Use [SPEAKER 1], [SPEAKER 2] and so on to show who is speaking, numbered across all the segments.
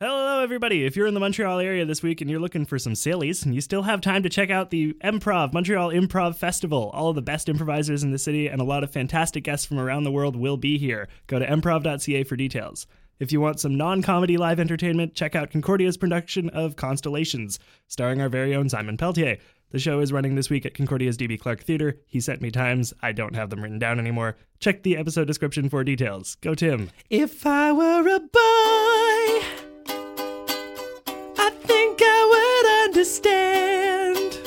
[SPEAKER 1] Hello, everybody. If you're in the Montreal area this week and you're looking for some sillies, and you still have time to check out the Improv, Montreal Improv Festival. All of the best improvisers in the city and a lot of fantastic guests from around the world will be here. Go to improv.ca for details. If you want some non comedy live entertainment, check out Concordia's production of Constellations, starring our very own Simon Peltier. The show is running this week at Concordia's DB Clark Theater. He sent me times. I don't have them written down anymore. Check the episode description for details. Go, Tim.
[SPEAKER 2] If I were a boy, I think I would understand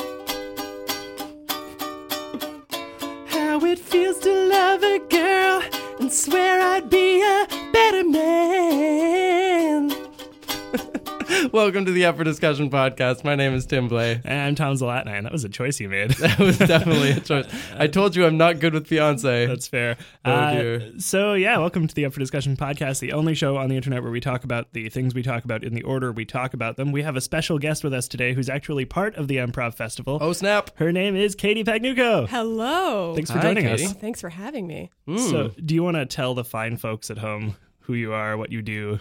[SPEAKER 2] how it feels to love a girl and swear I'd be a better man. Welcome to the Upper Discussion Podcast. My name is Tim Blay.
[SPEAKER 1] And I'm Tom Zalatni. That was a choice you made.
[SPEAKER 2] That was definitely a choice. I told you I'm not good with fiance.
[SPEAKER 1] That's fair.
[SPEAKER 2] Oh,
[SPEAKER 1] Uh,
[SPEAKER 2] dear.
[SPEAKER 1] so yeah, welcome to the Up for Discussion podcast, the only show on the internet where we talk about the things we talk about in the order we talk about them. We have a special guest with us today who's actually part of the Improv Festival.
[SPEAKER 2] oh snap!
[SPEAKER 1] Her name is Katie Pagnuco.
[SPEAKER 3] Hello.
[SPEAKER 1] Thanks for
[SPEAKER 2] Hi,
[SPEAKER 1] joining
[SPEAKER 2] Katie.
[SPEAKER 3] Oh,
[SPEAKER 1] us.
[SPEAKER 3] thanks for having me.
[SPEAKER 1] So, do you want to tell the fine folks at home who you are, what you do,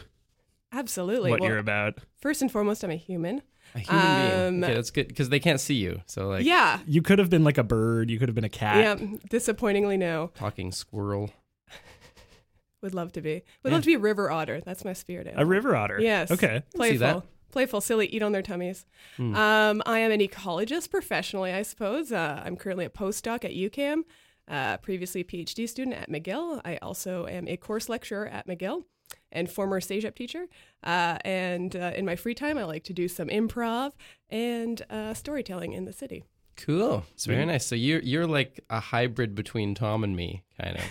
[SPEAKER 3] Absolutely.
[SPEAKER 1] what
[SPEAKER 3] Well,
[SPEAKER 1] you're about?
[SPEAKER 3] first and foremost, I'm a human.
[SPEAKER 2] A human being.
[SPEAKER 3] Um,
[SPEAKER 2] Okay, that's good because they can't see you. So like
[SPEAKER 3] Yeah.
[SPEAKER 1] You could have been like a bird. You could have been a
[SPEAKER 3] Yeah.
[SPEAKER 1] cat.
[SPEAKER 3] Disappointingly, no.
[SPEAKER 2] talking squirrel.
[SPEAKER 3] Would love to be. Would love to be a river otter. That's my spirit
[SPEAKER 1] A
[SPEAKER 3] animal.
[SPEAKER 1] river otter.
[SPEAKER 3] yes.
[SPEAKER 1] Okay.
[SPEAKER 3] Playful.
[SPEAKER 2] that. Hmm.
[SPEAKER 3] Playful, silly, eat on their tummies. Um, I am an ecologist professionally, I suppose. Uh, I'm currently a postdoc at UCAM, uh, previously a PhD student at McGill. I also am a course lecturer at McGill and former stage up teacher. Uh, and uh, in my free time, I like to do some improv and uh, storytelling in the city.
[SPEAKER 2] Cool. Very nice. So you're you're like a hybrid between Tom and me, kind of.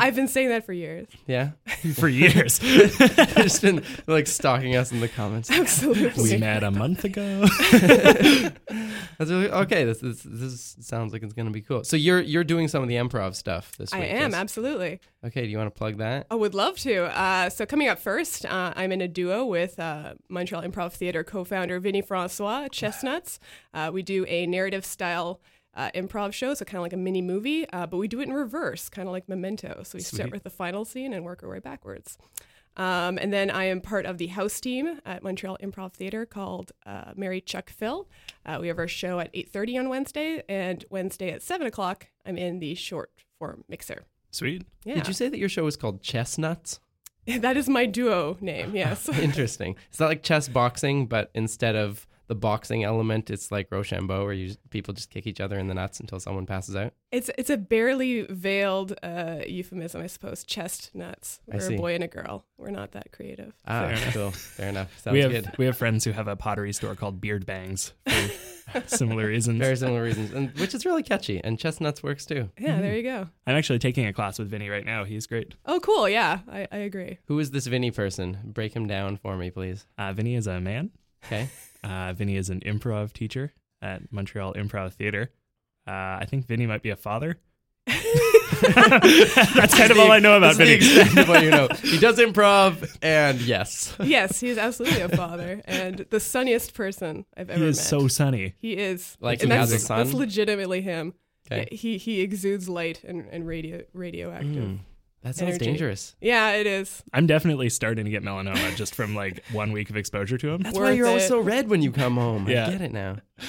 [SPEAKER 3] I've been saying that for years.
[SPEAKER 2] Yeah.
[SPEAKER 1] For years.
[SPEAKER 2] Just been like stalking us in the comments.
[SPEAKER 1] we
[SPEAKER 3] Absolutely.
[SPEAKER 1] met a month ago.
[SPEAKER 2] That's really, okay. This, this this sounds like it's gonna be cool. So you're you're doing some of the improv stuff this
[SPEAKER 3] I
[SPEAKER 2] week.
[SPEAKER 3] am,
[SPEAKER 2] is-
[SPEAKER 3] absolutely.
[SPEAKER 2] Okay. Do you want to plug that?
[SPEAKER 3] I Oh, would love to. Uh, so coming up first, uh, I'm in a duo with uh, Montreal Improv Theatre co-founder Vinny Francois Chestnuts. Uh, we do a narrative style uh, improv show, so kind of like a mini movie, uh, but we do it in reverse, kind of like Memento. So we start with the final scene and work our way backwards. Um, and then I am part of the house team at Montreal Improv Theatre called uh, Mary Chuck Phil. Uh, we have our show at 8.30 on Wednesday, and Wednesday at 7 o'clock, I'm in the short form mixer.
[SPEAKER 1] Sweet.
[SPEAKER 3] Yeah.
[SPEAKER 2] Did you say that your show is called Chestnuts?
[SPEAKER 3] That is my duo name, yes.
[SPEAKER 2] Interesting. It's not like chess boxing, but instead of the boxing element, it's like Rochambeau, where you just, people just kick each other in the nuts until someone passes out.
[SPEAKER 3] it's it's a barely veiled uh, euphemism, I suppose. Chestnuts.
[SPEAKER 2] I
[SPEAKER 3] We're
[SPEAKER 2] see.
[SPEAKER 3] a boy and a girl. We're not that creative.
[SPEAKER 2] Ah,
[SPEAKER 1] Fair enough.
[SPEAKER 2] cool. Fair enough. Sounds
[SPEAKER 1] we have
[SPEAKER 2] good.
[SPEAKER 1] we have friends who have a pottery store called Beard Bangs for similar reasons.
[SPEAKER 2] Very similar reasons, and which is really catchy. And chestnuts works too.
[SPEAKER 3] Yeah,
[SPEAKER 1] Mm-hmm.
[SPEAKER 3] there you go.
[SPEAKER 1] I'm actually taking a class with Vinny right now. He's great.
[SPEAKER 3] Oh, cool. Yeah, I, I agree.
[SPEAKER 2] Who is this Vinny person? Break him down for me, please.
[SPEAKER 1] Uh, Vinny is a man.
[SPEAKER 2] Okay.
[SPEAKER 1] Uh, Vinny is an improv teacher at Montreal Improv Theater. Uh, I think Vinny might be a father. That's kind of all I know about
[SPEAKER 2] This
[SPEAKER 1] Vinny.
[SPEAKER 2] is the extent of what you know. He does improv, and yes,
[SPEAKER 3] Yes, he is absolutely a father and the sunniest person I've ever
[SPEAKER 1] He is
[SPEAKER 3] met.
[SPEAKER 1] so sunny.
[SPEAKER 3] he is.
[SPEAKER 2] Like
[SPEAKER 3] and
[SPEAKER 2] he has
[SPEAKER 3] that's,
[SPEAKER 2] a son?
[SPEAKER 3] That's legitimately him.
[SPEAKER 2] Okay.
[SPEAKER 3] Yeah, he he exudes light and, and radio radioactive.
[SPEAKER 2] Hmm.
[SPEAKER 1] Mm.
[SPEAKER 2] that sounds
[SPEAKER 3] Energy.
[SPEAKER 2] dangerous.
[SPEAKER 3] Yeah, it is.
[SPEAKER 1] I'm definitely starting to get melanoma just from like one week of exposure to him.
[SPEAKER 2] That's
[SPEAKER 3] Worth
[SPEAKER 2] why you're always
[SPEAKER 3] it.
[SPEAKER 2] so red when you come home.
[SPEAKER 1] Yeah.
[SPEAKER 2] I get it now.
[SPEAKER 1] Oh,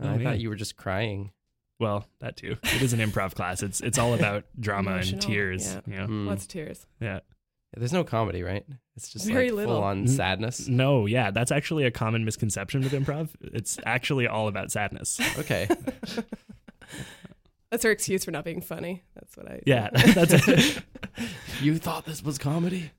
[SPEAKER 2] I
[SPEAKER 1] man.
[SPEAKER 2] thought you were just crying.
[SPEAKER 1] Well, that too. It is an improv class. It's it's all about drama and
[SPEAKER 3] Emotional,
[SPEAKER 1] tears.
[SPEAKER 3] yeah.
[SPEAKER 1] You know?
[SPEAKER 2] Mm.
[SPEAKER 3] Lots of tears.
[SPEAKER 1] Yeah.
[SPEAKER 2] Yeah, There's no comedy, right? It's just
[SPEAKER 3] Very
[SPEAKER 2] like
[SPEAKER 3] little.
[SPEAKER 2] full on
[SPEAKER 1] Mm.
[SPEAKER 2] sadness.
[SPEAKER 1] No, yeah, that's actually a common misconception with improv. It's actually all about sadness.
[SPEAKER 2] Okay.
[SPEAKER 3] That's her excuse for not being funny. That's what I.
[SPEAKER 1] Yeah, that's it.
[SPEAKER 2] you thought this was comedy?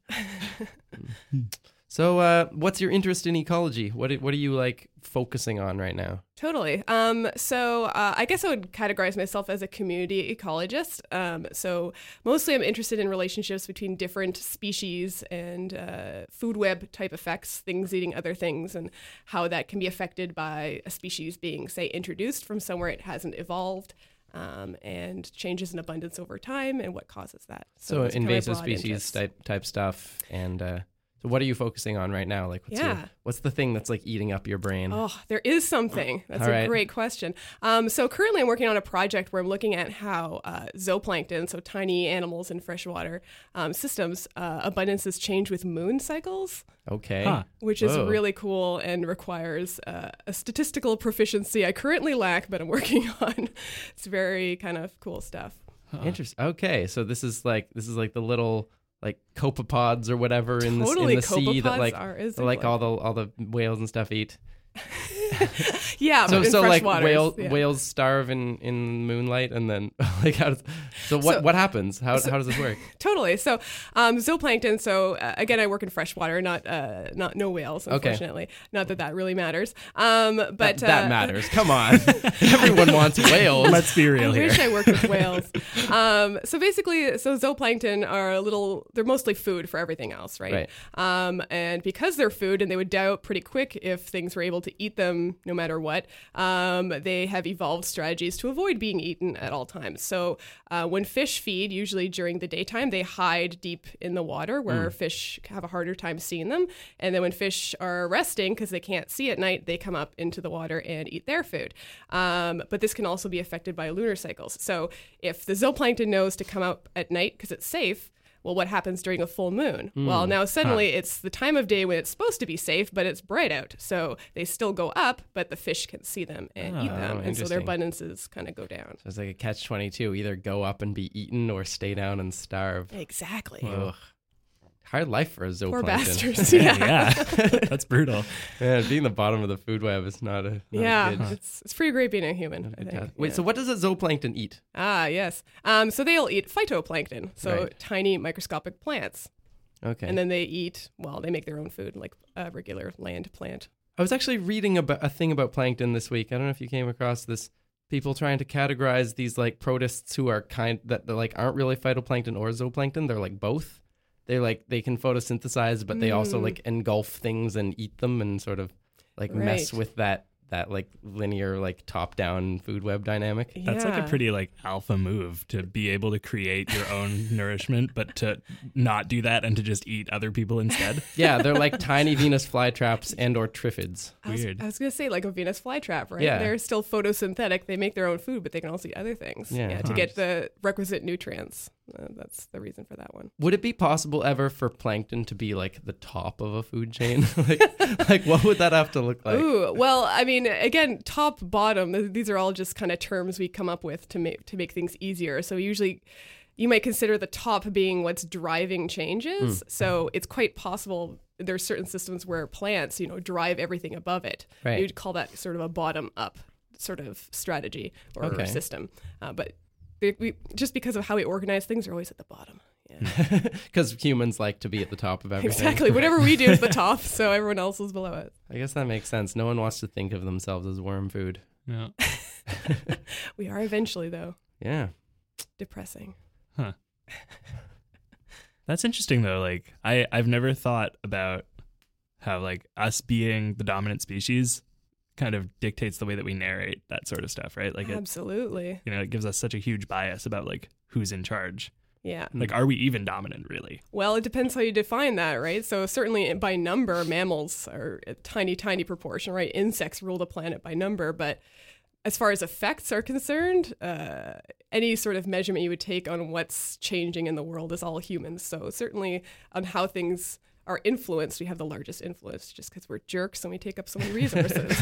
[SPEAKER 2] Hmm. so, uh, what's your interest in ecology? What i- what are you like focusing on right now?
[SPEAKER 3] Totally. Um, so uh, I guess I would categorize myself as a community ecologist. Um, so mostly I'm interested in relationships between different species and uh, food web type effects, things eating other things, and how that can be affected by a species being, say, introduced from somewhere it hasn't evolved. Um, and changes in abundance over time and what causes that.
[SPEAKER 2] So,
[SPEAKER 3] it's kind of a
[SPEAKER 2] invasive
[SPEAKER 3] broad
[SPEAKER 2] species
[SPEAKER 3] interest.
[SPEAKER 2] type type stuff and uh, So what are you focusing on right now? Like what's your,
[SPEAKER 3] Yeah.
[SPEAKER 2] what's the thing that's like eating up your brain?
[SPEAKER 3] Oh, there is something. That's
[SPEAKER 2] Mm. All
[SPEAKER 3] a
[SPEAKER 2] right.
[SPEAKER 3] great question. Um, so currently, I'm working on a project where I'm looking at how uh, zooplankton, so tiny animals in freshwater um, systems, uh, abundances change with moon cycles,
[SPEAKER 2] Okay.
[SPEAKER 1] Huh.
[SPEAKER 3] which
[SPEAKER 2] Whoa.
[SPEAKER 3] is really cool and requires uh, a statistical proficiency I currently lack, but I'm working on. It's very kind of cool stuff.
[SPEAKER 2] Interesting. Okay, so this is like this is like the little like copepods or whatever in, this, in
[SPEAKER 3] Totally
[SPEAKER 2] the sea that
[SPEAKER 3] copepods
[SPEAKER 2] like
[SPEAKER 3] are- is
[SPEAKER 2] like
[SPEAKER 3] like-
[SPEAKER 2] all the all the whales and stuff eat.
[SPEAKER 3] Yeah,
[SPEAKER 2] So
[SPEAKER 3] but in
[SPEAKER 2] so like
[SPEAKER 3] freshwaters,
[SPEAKER 2] whale,
[SPEAKER 3] yeah.
[SPEAKER 2] whales starve in in moonlight and then like how does so what
[SPEAKER 3] So-
[SPEAKER 2] what happens? How how does this work?
[SPEAKER 3] totally. So, um, zooplankton. So uh, again, I work in freshwater, not uh, not no whales, unfortunately. Not that that really matters. Um, but
[SPEAKER 2] that
[SPEAKER 3] uh,
[SPEAKER 2] matters. Come on, everyone wants whales.
[SPEAKER 1] Let's be
[SPEAKER 3] I
[SPEAKER 1] real here.
[SPEAKER 3] wish I worked with whales. Um, so basically, so zooplankton are a little, they're mostly food for everything else, right? Um, and because they're food and they would die out pretty quick if things were able to eat them no matter what, um, they have evolved strategies to avoid being eaten at all times. So uh, when fish feed, usually during the daytime, they hide deep in the water where fish have a harder time seeing them. And then when fish are resting because they can't see at night, they come up into the water and eat their food. Um, but this can also be affected by lunar cycles. So if the zooplankton knows to come up at night because it's safe, well, what happens during a full moon? Well, now suddenly it's the time of day when it's supposed to be safe, but it's bright out. So they still go up, but the fish can see them and eat them. And so their abundances kind of go down.
[SPEAKER 2] It's like a catch twenty two. Either go up and be eaten or stay down and starve.
[SPEAKER 3] Exactly.
[SPEAKER 2] Ugh. Hard life for a zooplankton.
[SPEAKER 3] Poor bastards. Yeah. yeah.
[SPEAKER 1] yeah, that's brutal.
[SPEAKER 2] Yeah, being the bottom of the food web is not a not a good-
[SPEAKER 3] It's, it's pretty great being a human, I
[SPEAKER 2] Yeah.
[SPEAKER 3] think.
[SPEAKER 2] Wait,
[SPEAKER 3] Yeah.
[SPEAKER 2] so what does a zooplankton eat?
[SPEAKER 3] Ah, yes. Um, so they'll eat phytoplankton, so
[SPEAKER 2] Right.
[SPEAKER 3] tiny microscopic plants,
[SPEAKER 2] Okay.
[SPEAKER 3] and then they eat. Well, they make their own food, like a regular land plant.
[SPEAKER 2] I was actually reading about a thing about plankton this week. I don't know if you came across this. People trying to categorize these like protists who are kind that they're, like aren't really phytoplankton or zooplankton. They're like both. They like they can photosynthesize, but they
[SPEAKER 3] Mm.
[SPEAKER 2] also like engulf things and eat them and sort of like mess
[SPEAKER 3] Right.
[SPEAKER 2] with that that like linear like top down food web dynamic.
[SPEAKER 1] That's like
[SPEAKER 3] Yeah.
[SPEAKER 1] a pretty like alpha move to be able to create your own nourishment, but to not do that and to just eat other people instead.
[SPEAKER 2] Yeah, they're like tiny Venus flytraps and or triffids.
[SPEAKER 3] I was,
[SPEAKER 1] Weird.
[SPEAKER 3] I was gonna say like a Venus flytrap, right?
[SPEAKER 2] Yeah.
[SPEAKER 3] They're still photosynthetic. They make their own food, but they can also eat other things.
[SPEAKER 2] Yeah.
[SPEAKER 3] to
[SPEAKER 2] Huh.
[SPEAKER 3] get the requisite nutrients. Uh, that's the reason for that one.
[SPEAKER 2] Would it be possible ever for plankton to be like the top of a food chain? like, like what would that have to look like?
[SPEAKER 3] Ooh, well, I mean, again, top, bottom. th- These are all just kind of terms we come up with to make to make things easier. So usually, you might consider the top being what's driving changes.
[SPEAKER 2] Hmm.
[SPEAKER 3] So it's quite possible there's certain systems where plants, you know, drive everything above it.
[SPEAKER 2] Right.
[SPEAKER 3] You'd call that sort of a bottom up sort of strategy or
[SPEAKER 2] Okay.
[SPEAKER 3] system. Uh, but they, we, just because of how we organize things, they're always at the bottom. Yeah.
[SPEAKER 2] Because humans like to be at the top of everything.
[SPEAKER 3] Exactly. Whatever we do is the top, so everyone else is below it.
[SPEAKER 2] I guess that makes sense. No one wants to think of themselves as worm food.
[SPEAKER 1] No.
[SPEAKER 3] We are eventually, though,
[SPEAKER 2] Yeah.
[SPEAKER 3] depressing.
[SPEAKER 1] That's interesting though. Like I I've never thought about how like us being the dominant species kind of dictates the way that we narrate that sort of stuff, right? Like it,
[SPEAKER 3] Absolutely.
[SPEAKER 1] you know, it gives us such a huge bias about like who's in charge.
[SPEAKER 3] Yeah.
[SPEAKER 1] Like are we even dominant really?
[SPEAKER 3] Well, it depends how you define that, right? So certainly by number, mammals are a tiny, tiny proportion, right? Insects rule the planet by number, but as far as effects are concerned, uh, any sort of measurement you would take on what's changing in the world is all humans. So certainly on how things are influenced, we have the largest influence just because we're jerks and we take up so many resources.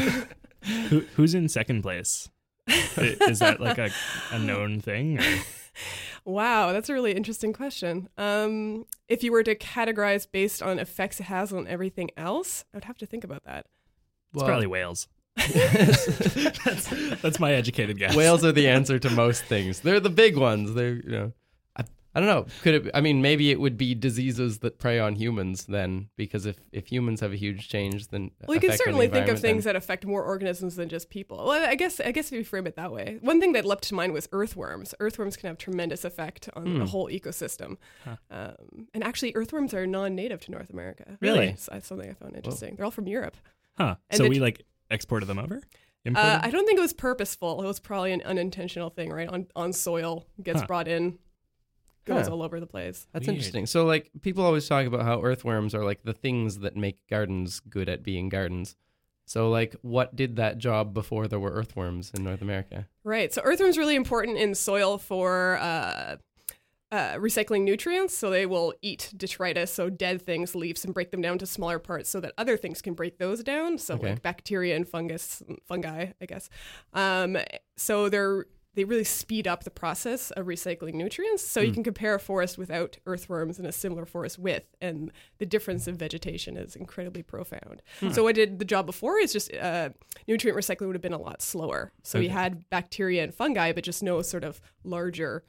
[SPEAKER 1] Who, who's in second place? I- Is that like a, a known thing? or-
[SPEAKER 3] Wow, that's a really interesting question. Um, if you were to categorize based on effects it has on everything else, I would have to think about that.
[SPEAKER 1] It's probably whales. that's, that's my educated guess.
[SPEAKER 2] whales are the answer to most things. They're the big ones. They're, you know, I, I don't know. Could it, I mean, maybe it would be diseases that prey on humans then, because if, if humans have a huge change, then.
[SPEAKER 3] Well, you can
[SPEAKER 2] effect on the
[SPEAKER 3] certainly think of
[SPEAKER 2] environment, then-
[SPEAKER 3] things that affect more organisms than just people. Well, I guess I guess if you frame it that way, one thing that leapt to mind was earthworms. Earthworms can have tremendous effect on
[SPEAKER 2] Hmm.
[SPEAKER 3] the whole ecosystem, um, and actually, earthworms are non-native to North America.
[SPEAKER 1] Really?
[SPEAKER 3] So that's something I found interesting. They're all from Europe.
[SPEAKER 1] Huh.
[SPEAKER 3] And
[SPEAKER 1] So
[SPEAKER 3] the-
[SPEAKER 1] we like exported them over? Imported
[SPEAKER 3] Uh,
[SPEAKER 1] them?
[SPEAKER 3] I don't think it was purposeful. It was probably an unintentional thing, right? On on soil gets
[SPEAKER 1] Huh.
[SPEAKER 3] brought in, goes
[SPEAKER 2] Huh.
[SPEAKER 3] all over the place.
[SPEAKER 2] That's
[SPEAKER 1] Weird.
[SPEAKER 2] interesting. So, like, people always talk about how earthworms are like the things that make gardens good at being gardens. So, like, what did that job before there were earthworms in North America?
[SPEAKER 3] Right. So earthworms really important in soil for uh, uh, recycling nutrients. So they will eat detritus, so dead things, leaves, and break them down to smaller parts, so that other things can break those down. So
[SPEAKER 2] Okay.
[SPEAKER 3] like bacteria and fungus, fungi, I guess. Um, so they're they really speed up the process of recycling nutrients. So
[SPEAKER 2] Hmm.
[SPEAKER 3] you can compare a forest without earthworms and a similar forest with, and the difference in vegetation is incredibly profound.
[SPEAKER 2] Hmm.
[SPEAKER 3] So what did the job before is just uh, nutrient recycling would have been a lot slower. So you
[SPEAKER 2] Okay.
[SPEAKER 3] had bacteria and fungi, but just no sort of larger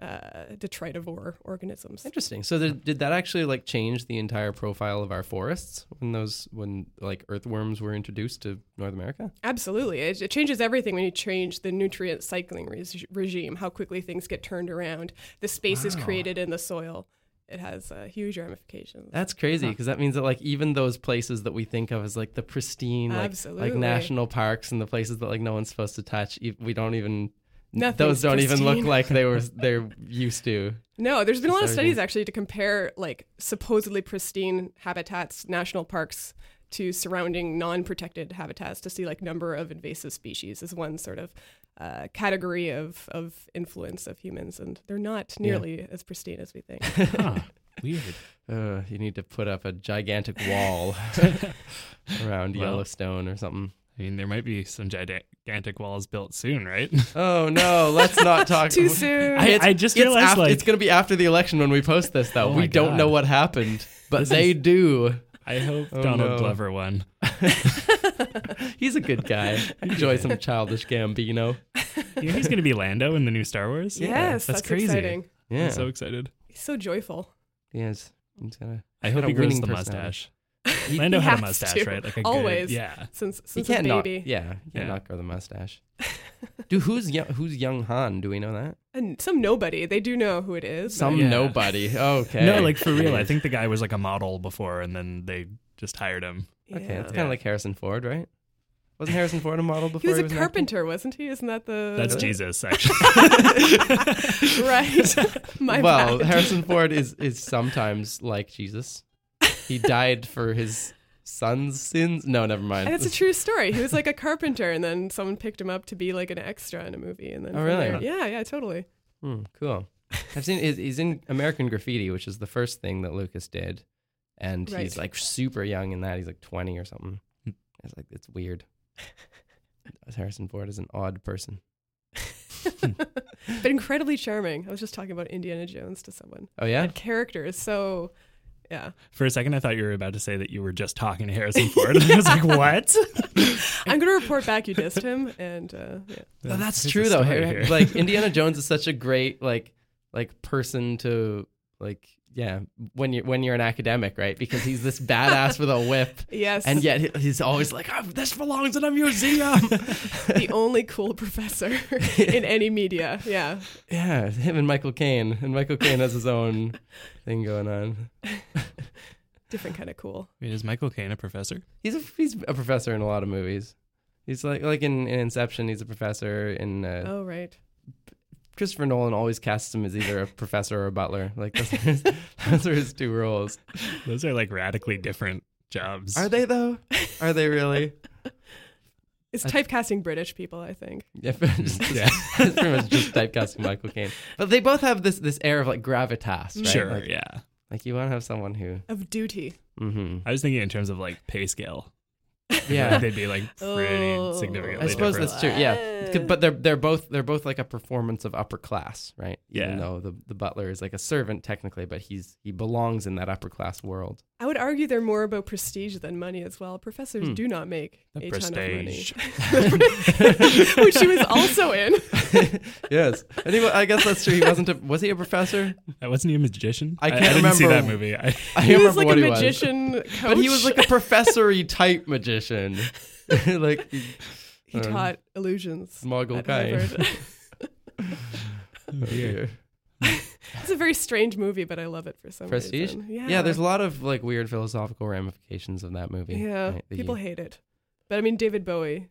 [SPEAKER 3] uh, detritivore organisms.
[SPEAKER 2] Interesting. So, did, did that actually like change the entire profile of our forests when those when like earthworms were introduced to North America?
[SPEAKER 3] Absolutely. It, it changes everything when you change the nutrient cycling re- regime, how quickly things get turned around, the space is
[SPEAKER 2] Wow.
[SPEAKER 3] created in the soil. It has uh, huge ramifications.
[SPEAKER 2] That's crazy because that means that like even those places that we think of as like the pristine like, like
[SPEAKER 3] Absolutely.
[SPEAKER 2] national parks and the places that like no one's supposed to touch, e- we don't even
[SPEAKER 3] Nothing's
[SPEAKER 2] those don't even look
[SPEAKER 3] pristine.
[SPEAKER 2] like they were they're used to.
[SPEAKER 3] No, there's been a lot of
[SPEAKER 2] Sorry,
[SPEAKER 3] studies actually to compare like supposedly pristine habitats, national parks, to surrounding non-protected habitats to see like number of invasive species is one sort of uh, category of of influence of humans, and they're not nearly as pristine as we think.
[SPEAKER 1] Huh. Weird.
[SPEAKER 2] Uh, you need to put up a gigantic wall around
[SPEAKER 1] Well.
[SPEAKER 2] Yellowstone or something.
[SPEAKER 1] I mean, there might be some gigantic walls built soon, right?
[SPEAKER 2] Oh no, let's not talk.
[SPEAKER 3] Too soon.
[SPEAKER 1] I, I just
[SPEAKER 2] it's,
[SPEAKER 1] realized,
[SPEAKER 2] after,
[SPEAKER 1] like,
[SPEAKER 2] it's gonna be after the election when we post this, though.
[SPEAKER 1] Oh my
[SPEAKER 2] we don't know
[SPEAKER 1] God.
[SPEAKER 2] what happened, but they do.
[SPEAKER 1] I hope
[SPEAKER 2] Oh,
[SPEAKER 1] Donald
[SPEAKER 2] no.
[SPEAKER 1] Glover won.
[SPEAKER 2] He's a good guy. Enjoy some childish Gambino.
[SPEAKER 1] You know, he's going to be Lando in the new Star Wars.
[SPEAKER 3] yes, that's,
[SPEAKER 1] crazy.
[SPEAKER 3] exciting.
[SPEAKER 2] Yeah,
[SPEAKER 1] I'm so excited.
[SPEAKER 3] He's so joyful.
[SPEAKER 2] he is. He's gonna.
[SPEAKER 1] I hope
[SPEAKER 2] got
[SPEAKER 1] he
[SPEAKER 2] a
[SPEAKER 1] grows
[SPEAKER 2] winning
[SPEAKER 1] the
[SPEAKER 2] personality.
[SPEAKER 1] mustache. Lando
[SPEAKER 3] He
[SPEAKER 1] had a
[SPEAKER 3] has
[SPEAKER 1] mustache,
[SPEAKER 3] to.
[SPEAKER 1] right? Like a good-
[SPEAKER 3] Always.
[SPEAKER 1] yeah.
[SPEAKER 3] Since
[SPEAKER 2] He
[SPEAKER 3] since
[SPEAKER 2] can't
[SPEAKER 3] a
[SPEAKER 2] not.
[SPEAKER 3] baby.
[SPEAKER 2] Yeah, he
[SPEAKER 1] Yeah.
[SPEAKER 2] can't not grow the mustache. Dude, who's young, who's young Han? Do we know that?
[SPEAKER 3] And some nobody. They do know who it is.
[SPEAKER 2] Some
[SPEAKER 1] Yeah.
[SPEAKER 2] nobody. Okay.
[SPEAKER 1] No, like for real. I think the guy was like a model before, and then they just hired him.
[SPEAKER 2] Okay,
[SPEAKER 3] Yeah.
[SPEAKER 2] that's kind of like Harrison Ford, right? Wasn't Harrison Ford a model before?
[SPEAKER 3] He was a
[SPEAKER 2] an actor?
[SPEAKER 3] carpenter, wasn't he? Isn't that the
[SPEAKER 1] That's Jesus, actually.
[SPEAKER 3] right? My
[SPEAKER 2] well,
[SPEAKER 3] bad.
[SPEAKER 2] Harrison Ford is is sometimes like Jesus. He died for his son's sins. No, never mind.
[SPEAKER 3] And it's a true story. He was like a carpenter, and then someone picked him up to be like an extra in a movie. And then
[SPEAKER 2] Oh,
[SPEAKER 3] from
[SPEAKER 2] really?
[SPEAKER 3] there- yeah, yeah, totally.
[SPEAKER 2] Hmm, cool. I've seen he's- he's in American Graffiti, which is the first thing that Lucas did, and
[SPEAKER 3] Right.
[SPEAKER 2] he's like super young in that. He's like twenty or something.
[SPEAKER 1] Hmm.
[SPEAKER 2] It's like it's weird. Harrison Ford is an odd person.
[SPEAKER 1] Hmm.
[SPEAKER 2] Hmm.
[SPEAKER 3] But incredibly charming. I was just talking about Indiana Jones to someone.
[SPEAKER 2] Oh yeah,
[SPEAKER 3] That character is so, yeah.
[SPEAKER 1] For a second, I thought you were about to say that you were just talking to Harrison Ford. I was like, what?
[SPEAKER 3] I'm gonna report back. You dissed him, and uh, yeah.
[SPEAKER 2] Oh, that's
[SPEAKER 1] Here's
[SPEAKER 2] true
[SPEAKER 1] the
[SPEAKER 2] though.
[SPEAKER 1] story
[SPEAKER 2] Har-
[SPEAKER 1] here.
[SPEAKER 2] Like Indiana Jones is such a great like like person to like yeah when you when you're an academic right because he's this badass with a whip
[SPEAKER 3] yes,
[SPEAKER 2] and yet he- he's always like oh, this belongs in a museum.
[SPEAKER 3] the only cool professor in any media. Yeah,
[SPEAKER 2] yeah, it's him and Michael Caine and Michael Caine has his own thing going on.
[SPEAKER 3] different kind of cool.
[SPEAKER 1] Wait, is Michael Caine a professor?
[SPEAKER 2] He's a he's a professor in a lot of movies. He's like like in, in Inception he's a professor in uh,
[SPEAKER 3] Oh right.
[SPEAKER 2] Christopher Nolan always casts him as either a professor or a butler. Like those are his, those are his two roles.
[SPEAKER 1] Those are like radically different jobs.
[SPEAKER 2] Are they though? Are they really?
[SPEAKER 3] It's
[SPEAKER 2] I-
[SPEAKER 3] typecasting British people, I think.
[SPEAKER 2] yeah, it's
[SPEAKER 1] Yeah.
[SPEAKER 2] pretty much just typecasting Michael Caine. But they both have this this air of like gravitas, right?
[SPEAKER 1] Sure,
[SPEAKER 2] Like,
[SPEAKER 1] yeah.
[SPEAKER 2] like you want to have someone who.
[SPEAKER 3] Of duty.
[SPEAKER 2] hmm
[SPEAKER 1] I was thinking in terms of like pay scale.
[SPEAKER 2] Yeah.
[SPEAKER 1] They'd be like pretty
[SPEAKER 3] Oh.
[SPEAKER 1] significantly
[SPEAKER 2] I suppose
[SPEAKER 1] different.
[SPEAKER 2] that's true. Yeah, 'Cause- but they're they're both they're both like a performance of upper class, right?
[SPEAKER 1] Yeah.
[SPEAKER 2] Even though the the butler is like a servant technically, but he's he belongs in that upper class world.
[SPEAKER 3] I would argue they're more about prestige than money as well. Professors
[SPEAKER 2] Hmm.
[SPEAKER 3] do not make
[SPEAKER 1] The
[SPEAKER 3] a
[SPEAKER 1] prestige.
[SPEAKER 3] ton of money, which he was also in.
[SPEAKER 2] yes. Anyway, I guess that's true. He wasn't a, was he a professor?
[SPEAKER 1] Uh, Wasn't he a magician?
[SPEAKER 2] I can't
[SPEAKER 1] I, didn't see
[SPEAKER 2] remember.
[SPEAKER 1] that movie. I,
[SPEAKER 2] I
[SPEAKER 3] He was
[SPEAKER 2] remember
[SPEAKER 3] like
[SPEAKER 2] what
[SPEAKER 3] a
[SPEAKER 2] he was.
[SPEAKER 3] magician coach.
[SPEAKER 2] but he was like a professory type magician, like
[SPEAKER 3] he
[SPEAKER 2] um,
[SPEAKER 3] taught illusions.
[SPEAKER 2] smuggled
[SPEAKER 3] at
[SPEAKER 2] guy.
[SPEAKER 3] Harvard.
[SPEAKER 1] Oh, dear.
[SPEAKER 3] it's a very strange movie, but I love it for some
[SPEAKER 2] Prestige?
[SPEAKER 3] reason.
[SPEAKER 2] Yeah. there's a lot of like weird philosophical ramifications of that movie.
[SPEAKER 3] yeah.
[SPEAKER 2] right? The-
[SPEAKER 3] People hate it, but I mean David Bowie.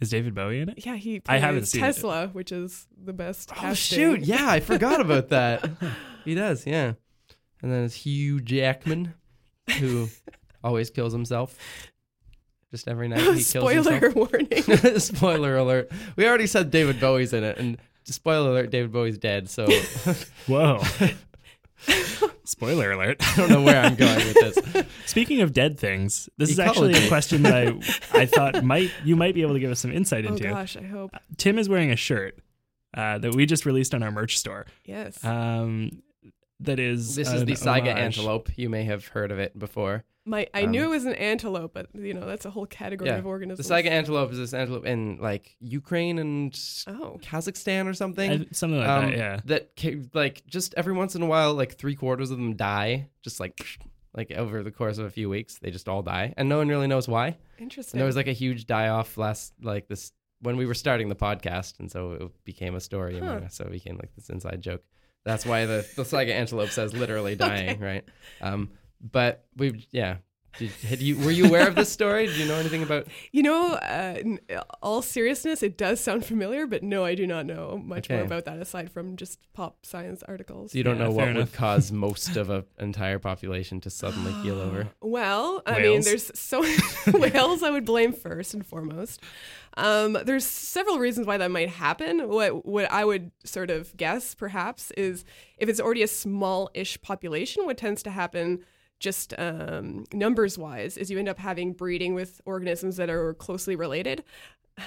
[SPEAKER 1] Is David Bowie in it?
[SPEAKER 3] Yeah, he
[SPEAKER 1] I
[SPEAKER 3] plays
[SPEAKER 1] haven't seen it.
[SPEAKER 3] Tesla, which is the best.
[SPEAKER 2] Oh
[SPEAKER 3] casting.
[SPEAKER 2] shoot! Yeah, I forgot about that. he does, yeah. And then it's Hugh Jackman, who always kills himself. Just every night he kills
[SPEAKER 3] Spoiler warning.
[SPEAKER 2] himself. spoiler alert! We already said David Bowie's in it, and spoiler alert: David Bowie's dead. So I
[SPEAKER 1] Whoa. Spoiler alert.
[SPEAKER 2] don't know where I'm going with this.
[SPEAKER 1] Speaking of dead things, this is actually
[SPEAKER 2] Ecology.
[SPEAKER 1] a question that I, I thought might you might be able to give us some insight
[SPEAKER 3] oh
[SPEAKER 1] into.
[SPEAKER 3] gosh, I hope
[SPEAKER 1] Tim is wearing a shirt uh, that we just released on our merch store.
[SPEAKER 3] yes.
[SPEAKER 2] Uh,
[SPEAKER 1] Um, that is
[SPEAKER 2] This is
[SPEAKER 1] an
[SPEAKER 2] the Saga
[SPEAKER 1] homage.
[SPEAKER 2] antelope. You may have heard of it before.
[SPEAKER 3] My I knew it was an antelope, but you know that's a whole category
[SPEAKER 2] um, Yeah.
[SPEAKER 3] of
[SPEAKER 2] The
[SPEAKER 3] organisms.
[SPEAKER 2] Saga antelope is this antelope in like Ukraine and
[SPEAKER 3] Oh.
[SPEAKER 2] Kazakhstan or something.
[SPEAKER 1] I- something like
[SPEAKER 2] um,
[SPEAKER 1] that. Yeah.
[SPEAKER 2] that ca- like just every once in a while, like three quarters of them die, just like like over the course of a few weeks, they just all die, and no one really knows why.
[SPEAKER 3] Interesting.
[SPEAKER 2] And there was like a huge die off last like this when we were starting the podcast, and so it became a story, among
[SPEAKER 3] Huh.
[SPEAKER 2] us, so it became like this inside joke. That's why the the saga antelope says literally dying, right? Um, but we yeah. Did, had you were you aware of this story? Did you know anything about?
[SPEAKER 3] you know, uh, in all seriousness, it does sound familiar, but no, I do not know much more
[SPEAKER 2] Okay.
[SPEAKER 3] about that aside from just pop science articles.
[SPEAKER 2] So you don't
[SPEAKER 1] Yeah,
[SPEAKER 2] know
[SPEAKER 1] fair
[SPEAKER 2] what would
[SPEAKER 1] enough.
[SPEAKER 2] cause most of an entire population to suddenly keel over.
[SPEAKER 3] Well, I mean,
[SPEAKER 1] Whales.
[SPEAKER 3] there's so whales I would blame first and foremost. Um, there's several reasons why that might happen. What what I would sort of guess, perhaps, is if it's already a small-ish population, what tends to happen, just um, numbers-wise, is you end up having breeding with organisms that are closely related.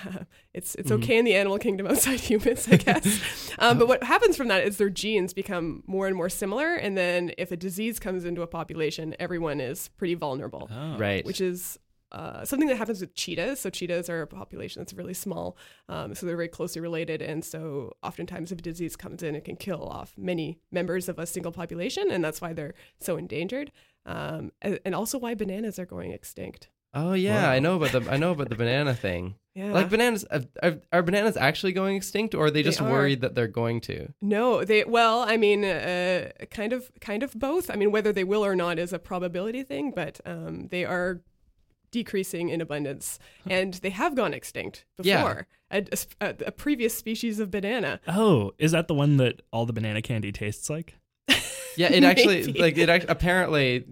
[SPEAKER 3] it's it's okay in the animal kingdom outside humans, I guess. um, but what happens from that is their genes become more and more similar, and then if a disease comes into a population, everyone is pretty vulnerable
[SPEAKER 1] Oh,
[SPEAKER 2] Right.
[SPEAKER 3] which is uh, something that happens with cheetahs. So cheetahs are a population that's really small, um, so they're very closely related, and so oftentimes if a disease comes in, it can kill off many members of a single population, and that's why they're so endangered, um, a- and also why bananas are going extinct.
[SPEAKER 2] Oh yeah, I know about the I know about the banana thing.
[SPEAKER 3] Yeah.
[SPEAKER 2] Like bananas, are, are, are bananas actually going extinct, or are they just
[SPEAKER 3] are.
[SPEAKER 2] worried that they're going to?
[SPEAKER 3] No, they well, I mean, uh, kind of, kind of both. I mean, whether they will or not is a probability thing, but um, they are decreasing in abundance, and they have gone extinct
[SPEAKER 2] Yeah.
[SPEAKER 3] before. A, a sp- a- a previous species of banana.
[SPEAKER 1] Oh, is that the one that all the banana candy tastes like?
[SPEAKER 2] Yeah, it actually
[SPEAKER 3] Maybe.
[SPEAKER 2] like it act- apparently.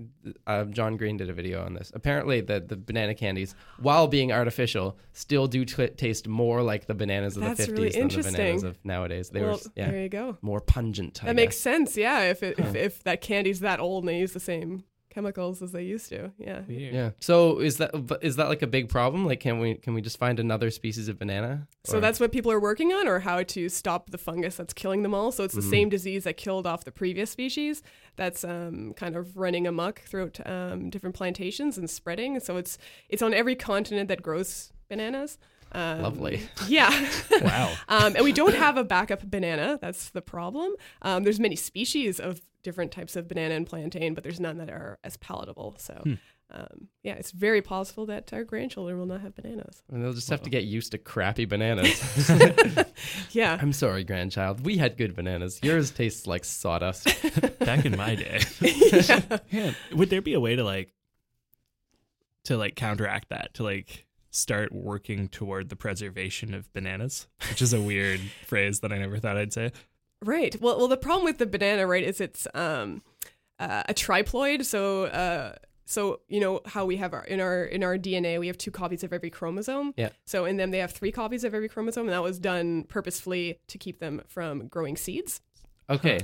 [SPEAKER 2] Uh, John Green did a video on this. Apparently, that the banana candies, while being artificial, still do t- taste more like the bananas of
[SPEAKER 3] That's
[SPEAKER 2] the 50s
[SPEAKER 3] really
[SPEAKER 2] than the bananas
[SPEAKER 3] interesting.
[SPEAKER 2] of nowadays. They were
[SPEAKER 3] well,
[SPEAKER 2] s- yeah Oh,
[SPEAKER 3] there you go.
[SPEAKER 2] more pungent. I
[SPEAKER 3] That makes
[SPEAKER 2] guess.
[SPEAKER 3] sense. Yeah, if it, if, if that candy's that old and they use the same chemicals as they used to. Yeah.
[SPEAKER 2] yeah. So is that but is that like a big problem? Like, can we can we just find another species of banana?
[SPEAKER 3] So
[SPEAKER 2] Or-
[SPEAKER 3] that's what people are working on, or how to stop the fungus that's killing them all. So it's the same disease that killed off the previous species that's um, kind of running amok throughout um, different plantations and spreading. So it's it's on every continent that grows bananas. Um,
[SPEAKER 2] lovely.
[SPEAKER 3] Yeah.
[SPEAKER 1] Wow.
[SPEAKER 3] Um, and we don't have a backup banana. That's the problem. Um, there's many species of different types of banana and plantain, but there's none that are as palatable. So, um, yeah, it's very possible that our grandchildren will not have bananas.
[SPEAKER 2] And they'll just have to get used to crappy bananas.
[SPEAKER 3] Yeah.
[SPEAKER 2] I'm sorry, grandchild. We had good bananas. Yours tastes like sawdust.
[SPEAKER 1] Back in my day. yeah. Would there be a way to like to like counteract that? To like start working toward the preservation of bananas, which is a weird phrase that I never thought I'd say.
[SPEAKER 3] Right. Well, well, the problem with the banana, right, is it's um, uh, a triploid. So, uh, so you know how we have our in our in our DNA, we have two copies of every chromosome.
[SPEAKER 2] Yeah.
[SPEAKER 3] So in them, they have three copies of every chromosome, and that was done purposefully to keep them from growing seeds.
[SPEAKER 2] Okay.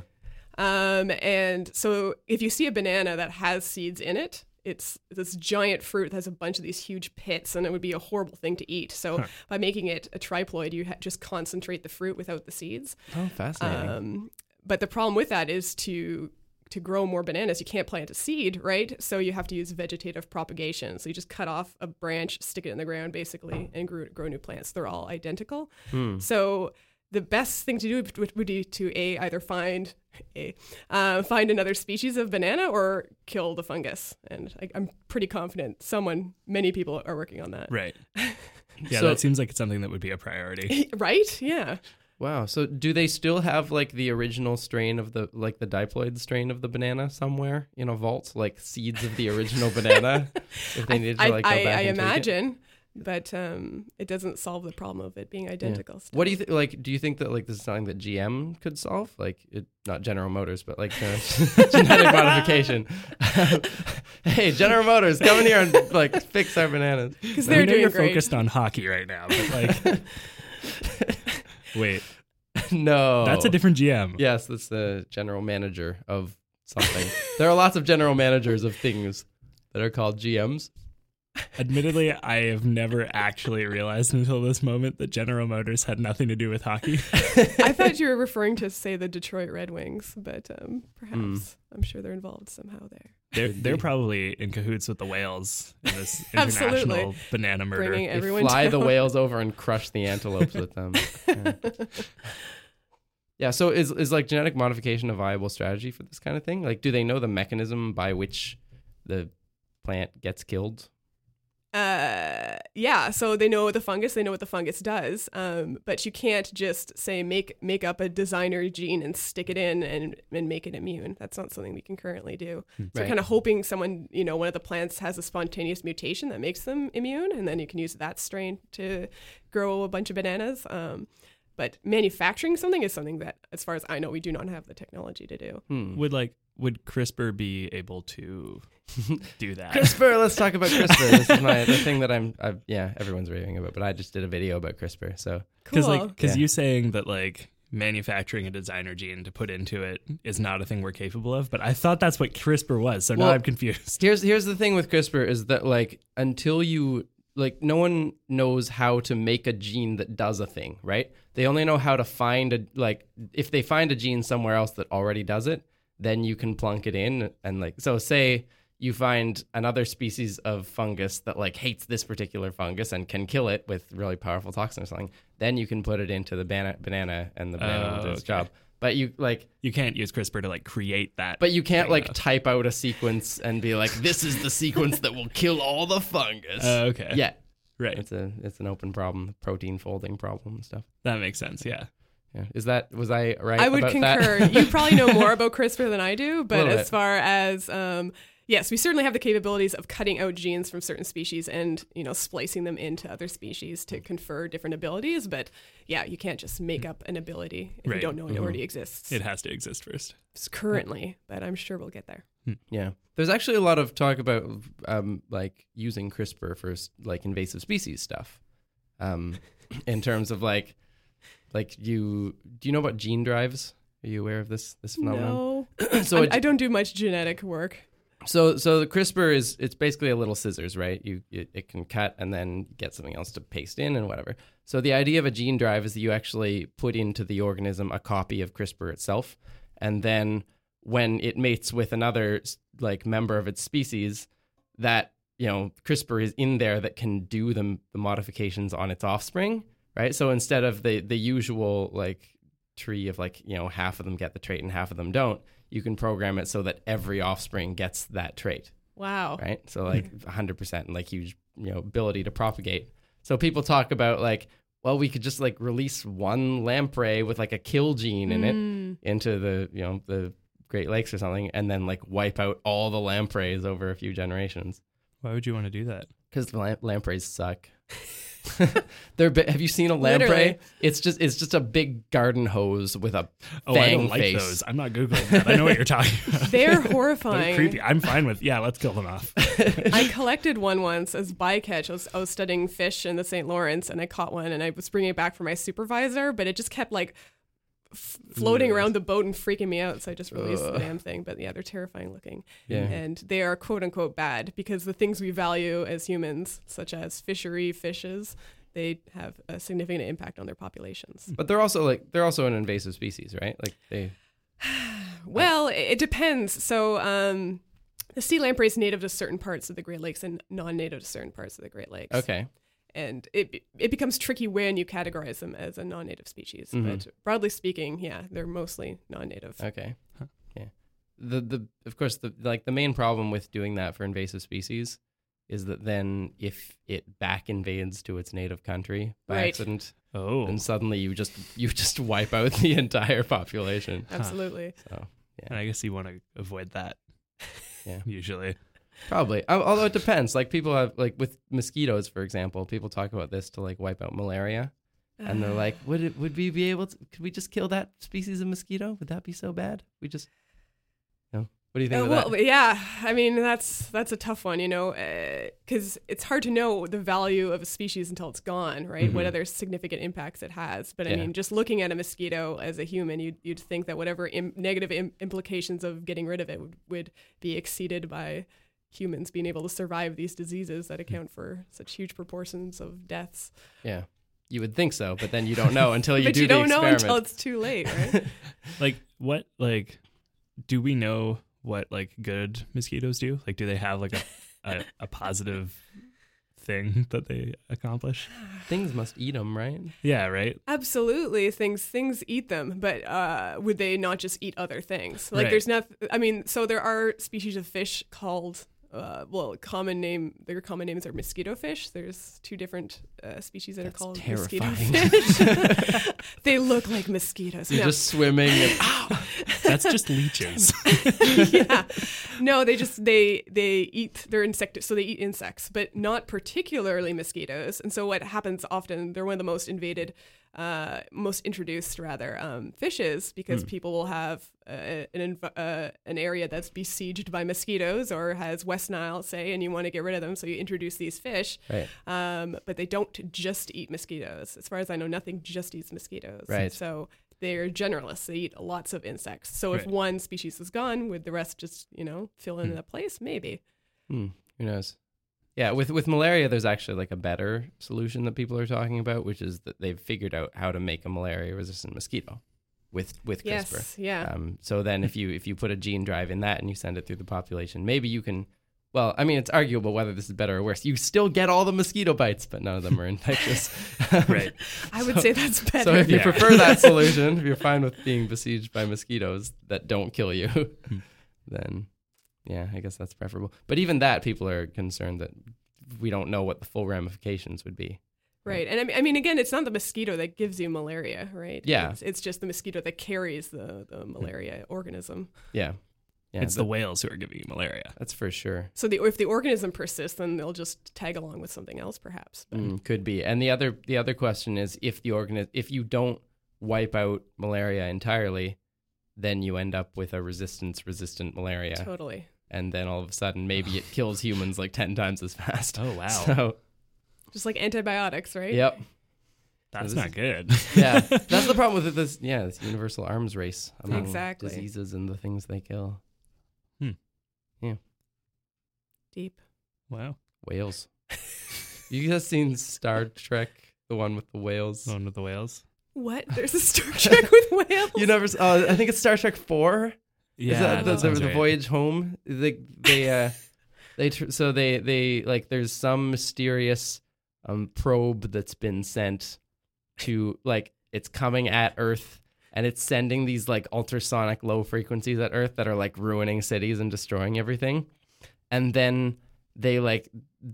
[SPEAKER 3] Um, and so if you see a banana that has seeds in it, it's this giant fruit that has a bunch of these huge pits, and it would be a horrible thing to eat. So by making it a triploid, you ha- just concentrate the fruit without the seeds.
[SPEAKER 2] Oh, fascinating.
[SPEAKER 3] Um, but the problem with that is to to grow more bananas, you can't plant a seed, right? So you have to use vegetative propagation. So you just cut off a branch, stick it in the ground, basically, and grow, grow new plants. They're all identical.
[SPEAKER 2] Hmm.
[SPEAKER 3] So the best thing to do would, would be to a either find a uh, find another species of banana or kill the fungus. And I, I'm pretty confident someone, many people are working on that.
[SPEAKER 1] Right. Yeah,
[SPEAKER 2] So-
[SPEAKER 1] that seems like it's something that would be a priority.
[SPEAKER 3] right? Yeah.
[SPEAKER 2] wow. So, do they still have like the original strain of the like the diploid strain of the banana somewhere in a vault, like seeds of the original banana? If they needed to
[SPEAKER 3] I,
[SPEAKER 2] like go
[SPEAKER 3] I,
[SPEAKER 2] back
[SPEAKER 3] I
[SPEAKER 2] and tweak it?
[SPEAKER 3] imagine but um, it doesn't solve the problem of it being identical. still.
[SPEAKER 2] What do you th- like? Do you think that like this is something that GM could solve? Like, it, not General Motors, but like uh, genetic modification. hey, General Motors, come in here and like fix our bananas.
[SPEAKER 3] Because
[SPEAKER 1] I
[SPEAKER 3] they're
[SPEAKER 1] know
[SPEAKER 3] doing
[SPEAKER 1] you're
[SPEAKER 3] great.
[SPEAKER 1] focused on hockey right now, but like, wait, Oh.
[SPEAKER 2] No,
[SPEAKER 1] that's a different GM.
[SPEAKER 2] Yes, that's the general manager of something. there are lots of general managers of things that are called GMs.
[SPEAKER 1] Admittedly, I have never actually realized until this moment that General Motors had nothing to do with hockey.
[SPEAKER 3] I thought you were referring to, say, the Detroit Red Wings, but um, perhaps
[SPEAKER 1] Mm.
[SPEAKER 3] I'm sure they're involved somehow there,
[SPEAKER 1] They're they're probably in cahoots with the whales in this
[SPEAKER 3] Absolutely.
[SPEAKER 1] international banana murder.
[SPEAKER 3] bringing
[SPEAKER 2] They
[SPEAKER 3] everyone
[SPEAKER 2] fly the
[SPEAKER 3] down.
[SPEAKER 2] whales over and crush the antelopes with them. Yeah. Yeah, so is is like genetic modification a viable strategy for this kind of thing? Like do they know the mechanism by which the plant gets killed?
[SPEAKER 3] uh yeah so they know the fungus they know what the fungus does um but you can't just say make make up a designer gene and stick it in and and make it immune that's not something we can currently do so
[SPEAKER 2] Right.
[SPEAKER 3] kind of hoping someone you know one of the plants has a spontaneous mutation that makes them immune and then you can use that strain to grow a bunch of bananas um but manufacturing something is something that as far as i know we do not have the technology to do
[SPEAKER 2] Hmm.
[SPEAKER 1] Would like would CRISPR be able to do that?
[SPEAKER 2] CRISPR, let's talk about CRISPR. This is my the thing that I'm I've, yeah, everyone's raving about, but I just did a video about CRISPR. So
[SPEAKER 3] cool
[SPEAKER 1] like because
[SPEAKER 2] Yeah.
[SPEAKER 1] you saying that like manufacturing a designer gene to put into it is not a thing we're capable of, but I thought that's what CRISPR was, so now
[SPEAKER 2] Well-
[SPEAKER 1] I'm confused.
[SPEAKER 2] Here's here's the thing with CRISPR is that like until you like no one knows how to make a gene that does a thing, right? They only know how to find a like if they find a gene somewhere else that already does it, then you can plunk it in and like so say you find another species of fungus that like hates this particular fungus and can kill it with really powerful toxin or something, then you can put it into the banana, banana and the banana will do
[SPEAKER 1] Oh,
[SPEAKER 2] its
[SPEAKER 1] okay.
[SPEAKER 2] job. But you like
[SPEAKER 1] You can't use CRISPR to like create that.
[SPEAKER 2] but you can't like type out a sequence and be like, "This is the sequence that will kill all the fungus."
[SPEAKER 1] Oh, okay,
[SPEAKER 2] Uh, yeah,
[SPEAKER 1] right.
[SPEAKER 2] it's a it's an open problem, protein folding problem and stuff.
[SPEAKER 1] That makes sense. Yeah,
[SPEAKER 2] Yeah, is that was I right?
[SPEAKER 3] I would
[SPEAKER 2] about that?
[SPEAKER 3] concur. you probably know more about CRISPR than I do, but
[SPEAKER 2] Little
[SPEAKER 3] as
[SPEAKER 2] bit.
[SPEAKER 3] far as um, yes, we certainly have the capabilities of cutting out genes from certain species and you know splicing them into other species to confer different abilities. But yeah, you can't just make up an ability if
[SPEAKER 1] Right.
[SPEAKER 3] you don't know it
[SPEAKER 2] Mm-hmm.
[SPEAKER 3] already exists
[SPEAKER 1] it has to exist first.
[SPEAKER 3] It's currently. But I'm sure we'll get there.
[SPEAKER 2] Yeah, there's actually a lot of talk about um, like using CRISPR for like invasive species stuff, um, in terms of like like you do you know about gene drives? Are you aware of this this phenomenon?
[SPEAKER 3] No,
[SPEAKER 2] so
[SPEAKER 3] I, I don't do much genetic work.
[SPEAKER 2] So so the CRISPR is it's basically a little scissors, right? You it, it can cut and then get something else to paste in and whatever. So the idea of a gene drive is that you actually put into the organism a copy of CRISPR itself, and then when it mates with another s- like member of its species, that you know CRISPR is in there that can do the, the modifications on its offspring, right? So instead of the the usual like tree of like you know half of them get the trait and half of them don't, you can program it so that every offspring gets that trait,
[SPEAKER 3] Wow.
[SPEAKER 2] right? So like 100% and like huge you know ability to propagate. So people talk about like well we could just like release one lamprey with like a kill gene in
[SPEAKER 3] Mm.
[SPEAKER 2] it into the you know the Great Lakes or something and then like wipe out all the lampreys over a few generations.
[SPEAKER 1] Why would you want to do that?
[SPEAKER 2] Because the lamp- lampreys suck. They're bi- have you seen a lamprey?
[SPEAKER 3] Literally.
[SPEAKER 2] It's just it's just a big garden hose with a
[SPEAKER 1] Oh, I
[SPEAKER 2] fang
[SPEAKER 1] don't like
[SPEAKER 2] face.
[SPEAKER 1] those. I'm not googling that. I know what you're talking about.
[SPEAKER 3] They're
[SPEAKER 1] They're
[SPEAKER 3] horrifying.
[SPEAKER 1] creepy. I'm fine with yeah. Let's kill them off.
[SPEAKER 3] I collected one once as bycatch. I was, I was studying fish in the St. Lawrence, and I caught one, and I was bringing it back for my supervisor, but it just kept like f- floating around the boat and freaking me out. So I just released the damn thing. But yeah, they're terrifying looking,
[SPEAKER 2] Yeah.
[SPEAKER 3] and they are quote unquote bad because the things we value as humans, such as fishery fishes, they have a significant impact on their populations.
[SPEAKER 2] But they're also like they're also an invasive species, right? Like they
[SPEAKER 3] Well, it it depends. So, um, the sea lamprey is native to certain parts of the Great Lakes and non-native to certain parts of the Great Lakes.
[SPEAKER 2] okay.
[SPEAKER 3] and it be- it becomes tricky when you categorize them as a non-native species.
[SPEAKER 2] Mm-hmm.
[SPEAKER 3] But broadly speaking, yeah, they're mostly non-native.
[SPEAKER 2] Okay. Yeah. The the of course the like the main problem with doing that for invasive species is that then if it back invades to its native country by
[SPEAKER 3] Right.
[SPEAKER 2] accident,
[SPEAKER 1] Oh,
[SPEAKER 2] then suddenly you just you just wipe out the entire population.
[SPEAKER 3] Absolutely.
[SPEAKER 2] So
[SPEAKER 1] and I guess you want to avoid that.
[SPEAKER 2] Yeah.
[SPEAKER 1] Usually,
[SPEAKER 2] Probably. Al- Although it depends. Like people have like with mosquitoes, for example, people talk about this to like wipe out malaria, and
[SPEAKER 3] Uh,
[SPEAKER 2] they're like, would it would we be able to? Could we just kill that species of mosquito? Would that be so bad? We just. No. What do you think
[SPEAKER 3] Uh,
[SPEAKER 2] of
[SPEAKER 3] well,
[SPEAKER 2] that?
[SPEAKER 3] yeah. I mean, that's that's a tough one, you know, because it's hard to know the value of a species until it's gone, right? What other significant impacts it has. But I
[SPEAKER 2] Mm-hmm. Yeah.
[SPEAKER 3] mean, just looking at a mosquito as a human, you'd, you'd think that whatever Im- negative Im- implications of getting rid of it would, would be exceeded by humans being able to survive these diseases
[SPEAKER 2] Hmm.
[SPEAKER 3] that account for such huge proportions of deaths.
[SPEAKER 2] Yeah. You would think so, but then you don't know until you
[SPEAKER 3] but
[SPEAKER 2] do
[SPEAKER 3] you
[SPEAKER 2] the
[SPEAKER 3] don't know
[SPEAKER 2] experiment.
[SPEAKER 3] until it's too late, right?
[SPEAKER 1] Like what? Like do we know what like good mosquitoes do? Like do they have like a a, a positive thing that they accomplish?
[SPEAKER 2] Things must eat them, right?
[SPEAKER 1] Yeah, right.
[SPEAKER 3] Absolutely, things things eat them, but uh, would they not just eat other things? Like
[SPEAKER 1] Right.
[SPEAKER 3] there's not. I mean, so there are species of fish called. Uh, well, common name. Their common names are mosquito fish. There's two different uh, species that are
[SPEAKER 2] That's
[SPEAKER 3] called
[SPEAKER 2] terrifying.
[SPEAKER 3] mosquito fish. they look like mosquitoes.
[SPEAKER 2] You're
[SPEAKER 3] No.
[SPEAKER 2] just swimming. And,
[SPEAKER 1] That's just leeches.
[SPEAKER 3] yeah. No, they just they they eat they're insect so they eat insects, but not particularly mosquitoes. And so what happens often they're one of the most invaded uh, most introduced rather um, fishes because people will have uh, an inv- uh, an area that's besieged by mosquitoes or has West Nile say and you want to get rid of them so you introduce these fish
[SPEAKER 2] right.
[SPEAKER 3] um, but they don't just eat mosquitoes. As far as I know, nothing just eats mosquitoes.
[SPEAKER 2] Right.
[SPEAKER 3] So they're generalists. They eat lots of insects. So if
[SPEAKER 1] Right.
[SPEAKER 3] one species is gone, would the rest just you know fill in the place? Maybe.
[SPEAKER 2] Hmm, who knows? Yeah, with with malaria, there's actually like a better solution that people are talking about, which is that they've figured out how to make a malaria-resistant mosquito with with CRISPR.
[SPEAKER 3] Yes. Yeah.
[SPEAKER 2] Um, so then, if you if you put a gene drive in that and you send it through the population, maybe you can. Well, I mean, it's arguable whether this is better or worse. You still get all the mosquito bites, but none of them are infectious.
[SPEAKER 1] right.
[SPEAKER 3] I would say that's better.
[SPEAKER 2] So if you
[SPEAKER 1] Yeah.
[SPEAKER 2] prefer that solution, if you're fine with being besieged by mosquitoes that don't kill you,
[SPEAKER 1] Hmm.
[SPEAKER 2] then yeah, I guess that's preferable. But even that, people are concerned that we don't know what the full ramifications would be.
[SPEAKER 3] Right. And I mean, I mean, again, it's not the mosquito that gives you malaria, right?
[SPEAKER 2] Yeah. Hmm.
[SPEAKER 3] It's, it's just the mosquito that carries the, the malaria organism.
[SPEAKER 2] Yeah, yeah,
[SPEAKER 1] it's
[SPEAKER 2] that-
[SPEAKER 1] the whales who are giving you malaria.
[SPEAKER 2] that's for sure.
[SPEAKER 3] So the, if the organism persists, then they'll just tag along with something else, perhaps. But
[SPEAKER 2] Mm, could be. And the other the other question is if the organism if you don't wipe out malaria entirely, then you end up with a resistance resistant malaria,
[SPEAKER 3] Totally.
[SPEAKER 2] and then all of a sudden maybe it kills humans like ten times as fast.
[SPEAKER 1] Oh wow,
[SPEAKER 2] So
[SPEAKER 3] Just like antibiotics, right?
[SPEAKER 2] yep.
[SPEAKER 1] that's
[SPEAKER 2] This
[SPEAKER 1] not
[SPEAKER 2] is-
[SPEAKER 1] good.
[SPEAKER 2] yeah, that's the problem with this. Yeah, this universal arms race among
[SPEAKER 3] Exactly.
[SPEAKER 2] diseases and the things they kill.
[SPEAKER 3] Deep.
[SPEAKER 1] Wow.
[SPEAKER 2] Whales. you guys seen Star Trek, the one with the whales?
[SPEAKER 1] One with the whales.
[SPEAKER 3] What? There's a Star Trek with whales?
[SPEAKER 2] You never? s- Oh, I think it's Star Trek Four.
[SPEAKER 1] Yeah,
[SPEAKER 2] Is that, the,
[SPEAKER 1] that
[SPEAKER 2] the,
[SPEAKER 1] sounds
[SPEAKER 2] the
[SPEAKER 1] right.
[SPEAKER 2] voyage home? They they uh, they tr- so they they like there's some mysterious um probe that's been sent to like it's coming at Earth and it's sending these like ultrasonic low frequencies at Earth that are like ruining cities and destroying everything, and then they like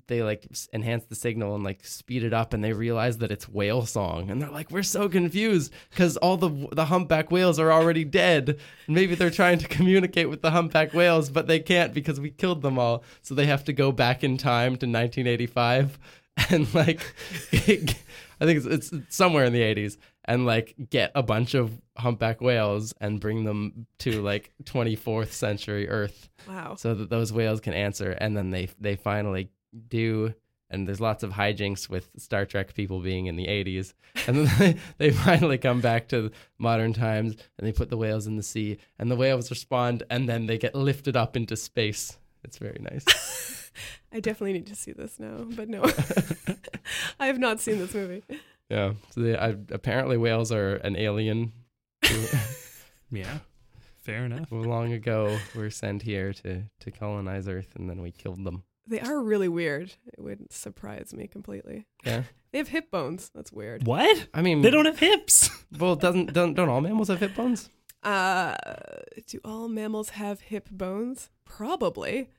[SPEAKER 2] they like s- enhance the signal and like speed it up and they realize that it's whale song and they're like we're so confused because all the the humpback whales are already dead maybe they're trying to communicate with the humpback whales but they can't because we killed them all so they have to go back in time to 1985 and like i think it's, it's somewhere in the 80s and like get a bunch of humpback whales and bring them to like 24th century earth
[SPEAKER 3] Wow.
[SPEAKER 2] so that those whales can answer and then they they finally do and there's lots of hijinks with Star Trek people being in the 80s and then they, they finally come back to modern times and they put the whales in the sea and the whales respond and then they get lifted up into space it's very nice
[SPEAKER 3] I definitely need to see this now, but no. I have not seen this movie.
[SPEAKER 2] yeah so they, I, apparently whales are an alien who,
[SPEAKER 1] Yeah. Fair enough.
[SPEAKER 2] who long ago were sent here to to colonize earth and then we killed them
[SPEAKER 3] They are really weird. It would surprise me completely.
[SPEAKER 2] yeah
[SPEAKER 3] They have hip bones. That's weird.
[SPEAKER 1] What?
[SPEAKER 2] I mean
[SPEAKER 1] They don't have hips.
[SPEAKER 2] well doesn't don't, don't all mammals have hip bones
[SPEAKER 3] Uh, do all mammals have hip bones? Probably.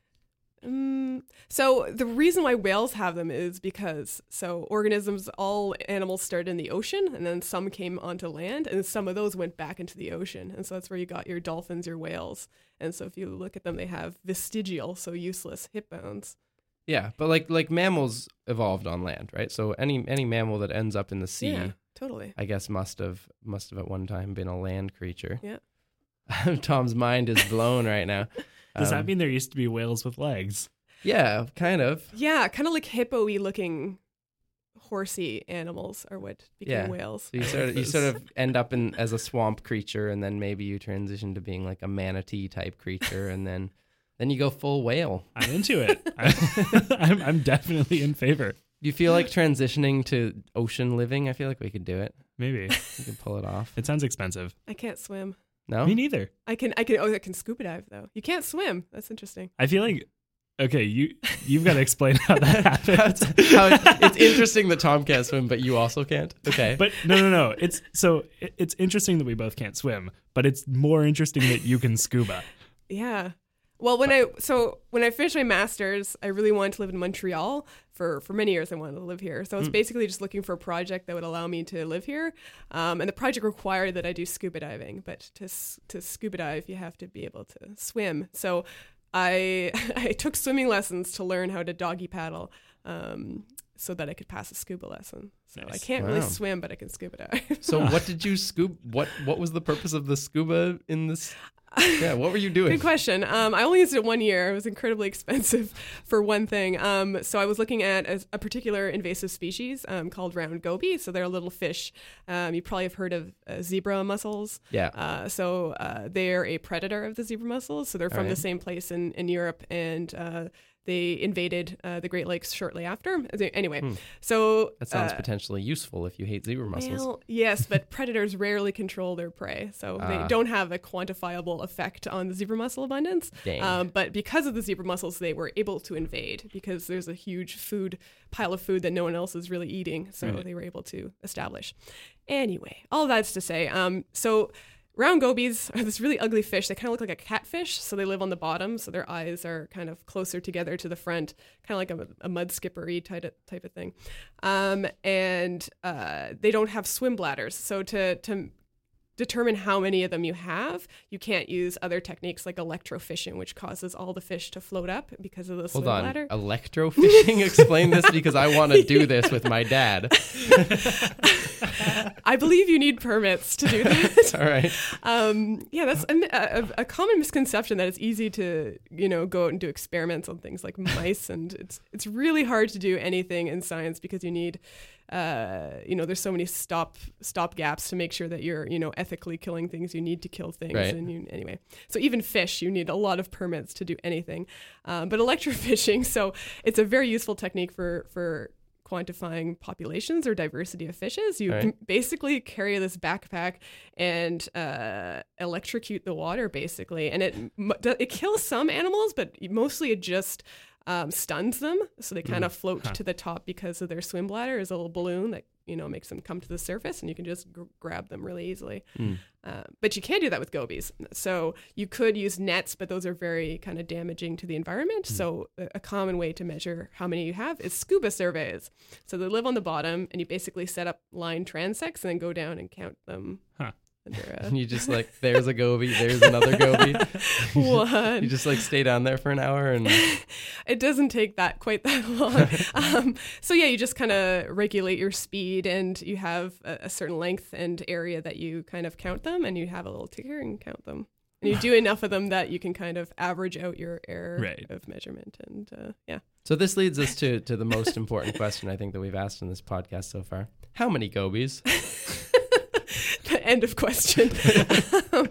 [SPEAKER 3] Mm, so the reason why whales have them is because so organisms, all animals started in the ocean, and then some came onto land, and some of those went back into the ocean, and so that's where you got your dolphins, your whales, and so if you look at them, they have vestigial, so useless hip bones.
[SPEAKER 2] Yeah, but like like mammals evolved on land, right? So any any mammal that ends up in the sea,
[SPEAKER 3] Yeah, totally.
[SPEAKER 2] I guess must have must have at one time been a land creature.
[SPEAKER 3] Yeah.
[SPEAKER 2] Tom's mind is blown right now.
[SPEAKER 1] Does
[SPEAKER 2] Um,
[SPEAKER 1] that mean there used to be whales with legs?
[SPEAKER 2] Yeah, kind of.
[SPEAKER 3] Yeah, kind of like hippo-y looking horsey animals are what became
[SPEAKER 2] Yeah.
[SPEAKER 3] whales.
[SPEAKER 2] So you sort of you sort of end up in as a swamp creature, and then maybe you transition to being like a manatee type creature, and then then you go full whale.
[SPEAKER 1] I'm into it. I'm, I'm, I'm definitely in favor.
[SPEAKER 2] You feel like transitioning to ocean living? I feel like we could do it.
[SPEAKER 1] Maybe
[SPEAKER 2] We could pull it off.
[SPEAKER 1] it sounds expensive.
[SPEAKER 3] I can't swim.
[SPEAKER 2] No,
[SPEAKER 1] Me neither.
[SPEAKER 3] I can I can oh I can scuba dive though. You can't swim. That's interesting.
[SPEAKER 1] I feel like okay, you you've got to explain how that happens.
[SPEAKER 2] How it- it's interesting that Tom can't swim, but you also can't. Okay,
[SPEAKER 1] But no, no, no. It's so it- it's interesting that we both can't swim, but it's more interesting that you can scuba.
[SPEAKER 3] Yeah. Well, when I so when I finished my masters, I really wanted to live in Montreal for for many years. I wanted to live here, so I was basically just looking for a project that would allow me to live here. Um, and the project required that I do scuba diving, but to s- to scuba dive, you have to be able to swim. So I I took swimming lessons to learn how to doggy paddle. Um, so that I could pass a scuba lesson. So I
[SPEAKER 1] Nice.
[SPEAKER 3] can't really
[SPEAKER 2] Wow.
[SPEAKER 3] swim, but I can scuba dive.
[SPEAKER 2] so what did you scoop? What what was the purpose of the scuba in this? Yeah, what were you doing?
[SPEAKER 3] Good question. Um, I only used it one year. It was incredibly expensive for one thing. Um, so I was looking at a, a particular invasive species um, called round goby. So they're a little fish. Um, you probably have heard of uh, zebra mussels.
[SPEAKER 2] Yeah.
[SPEAKER 3] Uh, so uh, they're a predator of the zebra mussels. So they're from the
[SPEAKER 2] right.
[SPEAKER 3] same place in, in Europe and. Uh, they invaded uh, the Great Lakes shortly after. Anyway, so
[SPEAKER 2] Hmm. That sounds
[SPEAKER 3] uh,
[SPEAKER 2] potentially useful if you hate zebra mussels.
[SPEAKER 3] well, yes, but predators rarely control their prey, so
[SPEAKER 2] Ah.
[SPEAKER 3] they don't have a quantifiable effect on the zebra mussel abundance.
[SPEAKER 2] Dang.
[SPEAKER 3] Um, but because of the zebra mussels, they were able to invade because there's a huge food pile of food that no one else is really eating, so they were able to establish. Anyway, all that's to say, um, so. Round gobies are this really ugly fish. They kind of look like a catfish, so they live on the bottom, so their eyes are kind of closer together to the front, kind of like a, a mud skippery type of, type of thing. Um, and uh, they don't have swim bladders, so to to determine how many of them you have, you can't use other techniques like electrofishing, which causes all the fish to float up because of the swim
[SPEAKER 2] Hold on.
[SPEAKER 3] bladder.
[SPEAKER 2] Electrofishing? Explain this because I want to do this with my dad.
[SPEAKER 3] I believe you need permits to do that.
[SPEAKER 2] All right.
[SPEAKER 3] um, yeah, that's a, a, a common misconception that it's easy to you know go out and do experiments on things like mice, and it's it's really hard to do anything in science because you need, uh, you know, there's so many stop stop gaps to make sure that you're you know ethically killing things. You need to kill things,
[SPEAKER 2] Right.
[SPEAKER 3] and you anyway. So even fish, you need a lot of permits to do anything, um, but electrofishing. So it's a very useful technique for for quantifying populations or diversity of fishes. You
[SPEAKER 2] Right.
[SPEAKER 3] can basically carry this backpack and uh, electrocute the water, basically, and it m- do- it kills some animals, but mostly it just um, stuns them, so they kind of float to the top because of their swim bladder is a little balloon that you know makes them come to the surface, and you can just gr grab them really easily. Uh, but you can't do that with gobies. So you could use nets, but those are very kind of damaging to the environment.
[SPEAKER 2] Hmm.
[SPEAKER 3] So a a common way to measure how many you have is scuba surveys. So they live on the bottom, and you basically set up line transects and then go down and count them.
[SPEAKER 1] Huh.
[SPEAKER 3] Under a
[SPEAKER 2] And you just like, there's a goby, there's another goby.
[SPEAKER 3] one.
[SPEAKER 2] You just like stay down there for an hour and
[SPEAKER 3] it doesn't take that quite that long. um, so yeah, you just kind of regulate your speed, and you have a, a certain length and area that you kind of count them, and you have a little ticker and count them. And you do enough of them that you can kind of average out your error
[SPEAKER 1] Right.
[SPEAKER 3] of measurement, and uh, yeah,
[SPEAKER 2] So this leads us to to the most important question I think that we've asked in this podcast so far. How many gobies?
[SPEAKER 3] end of question. um,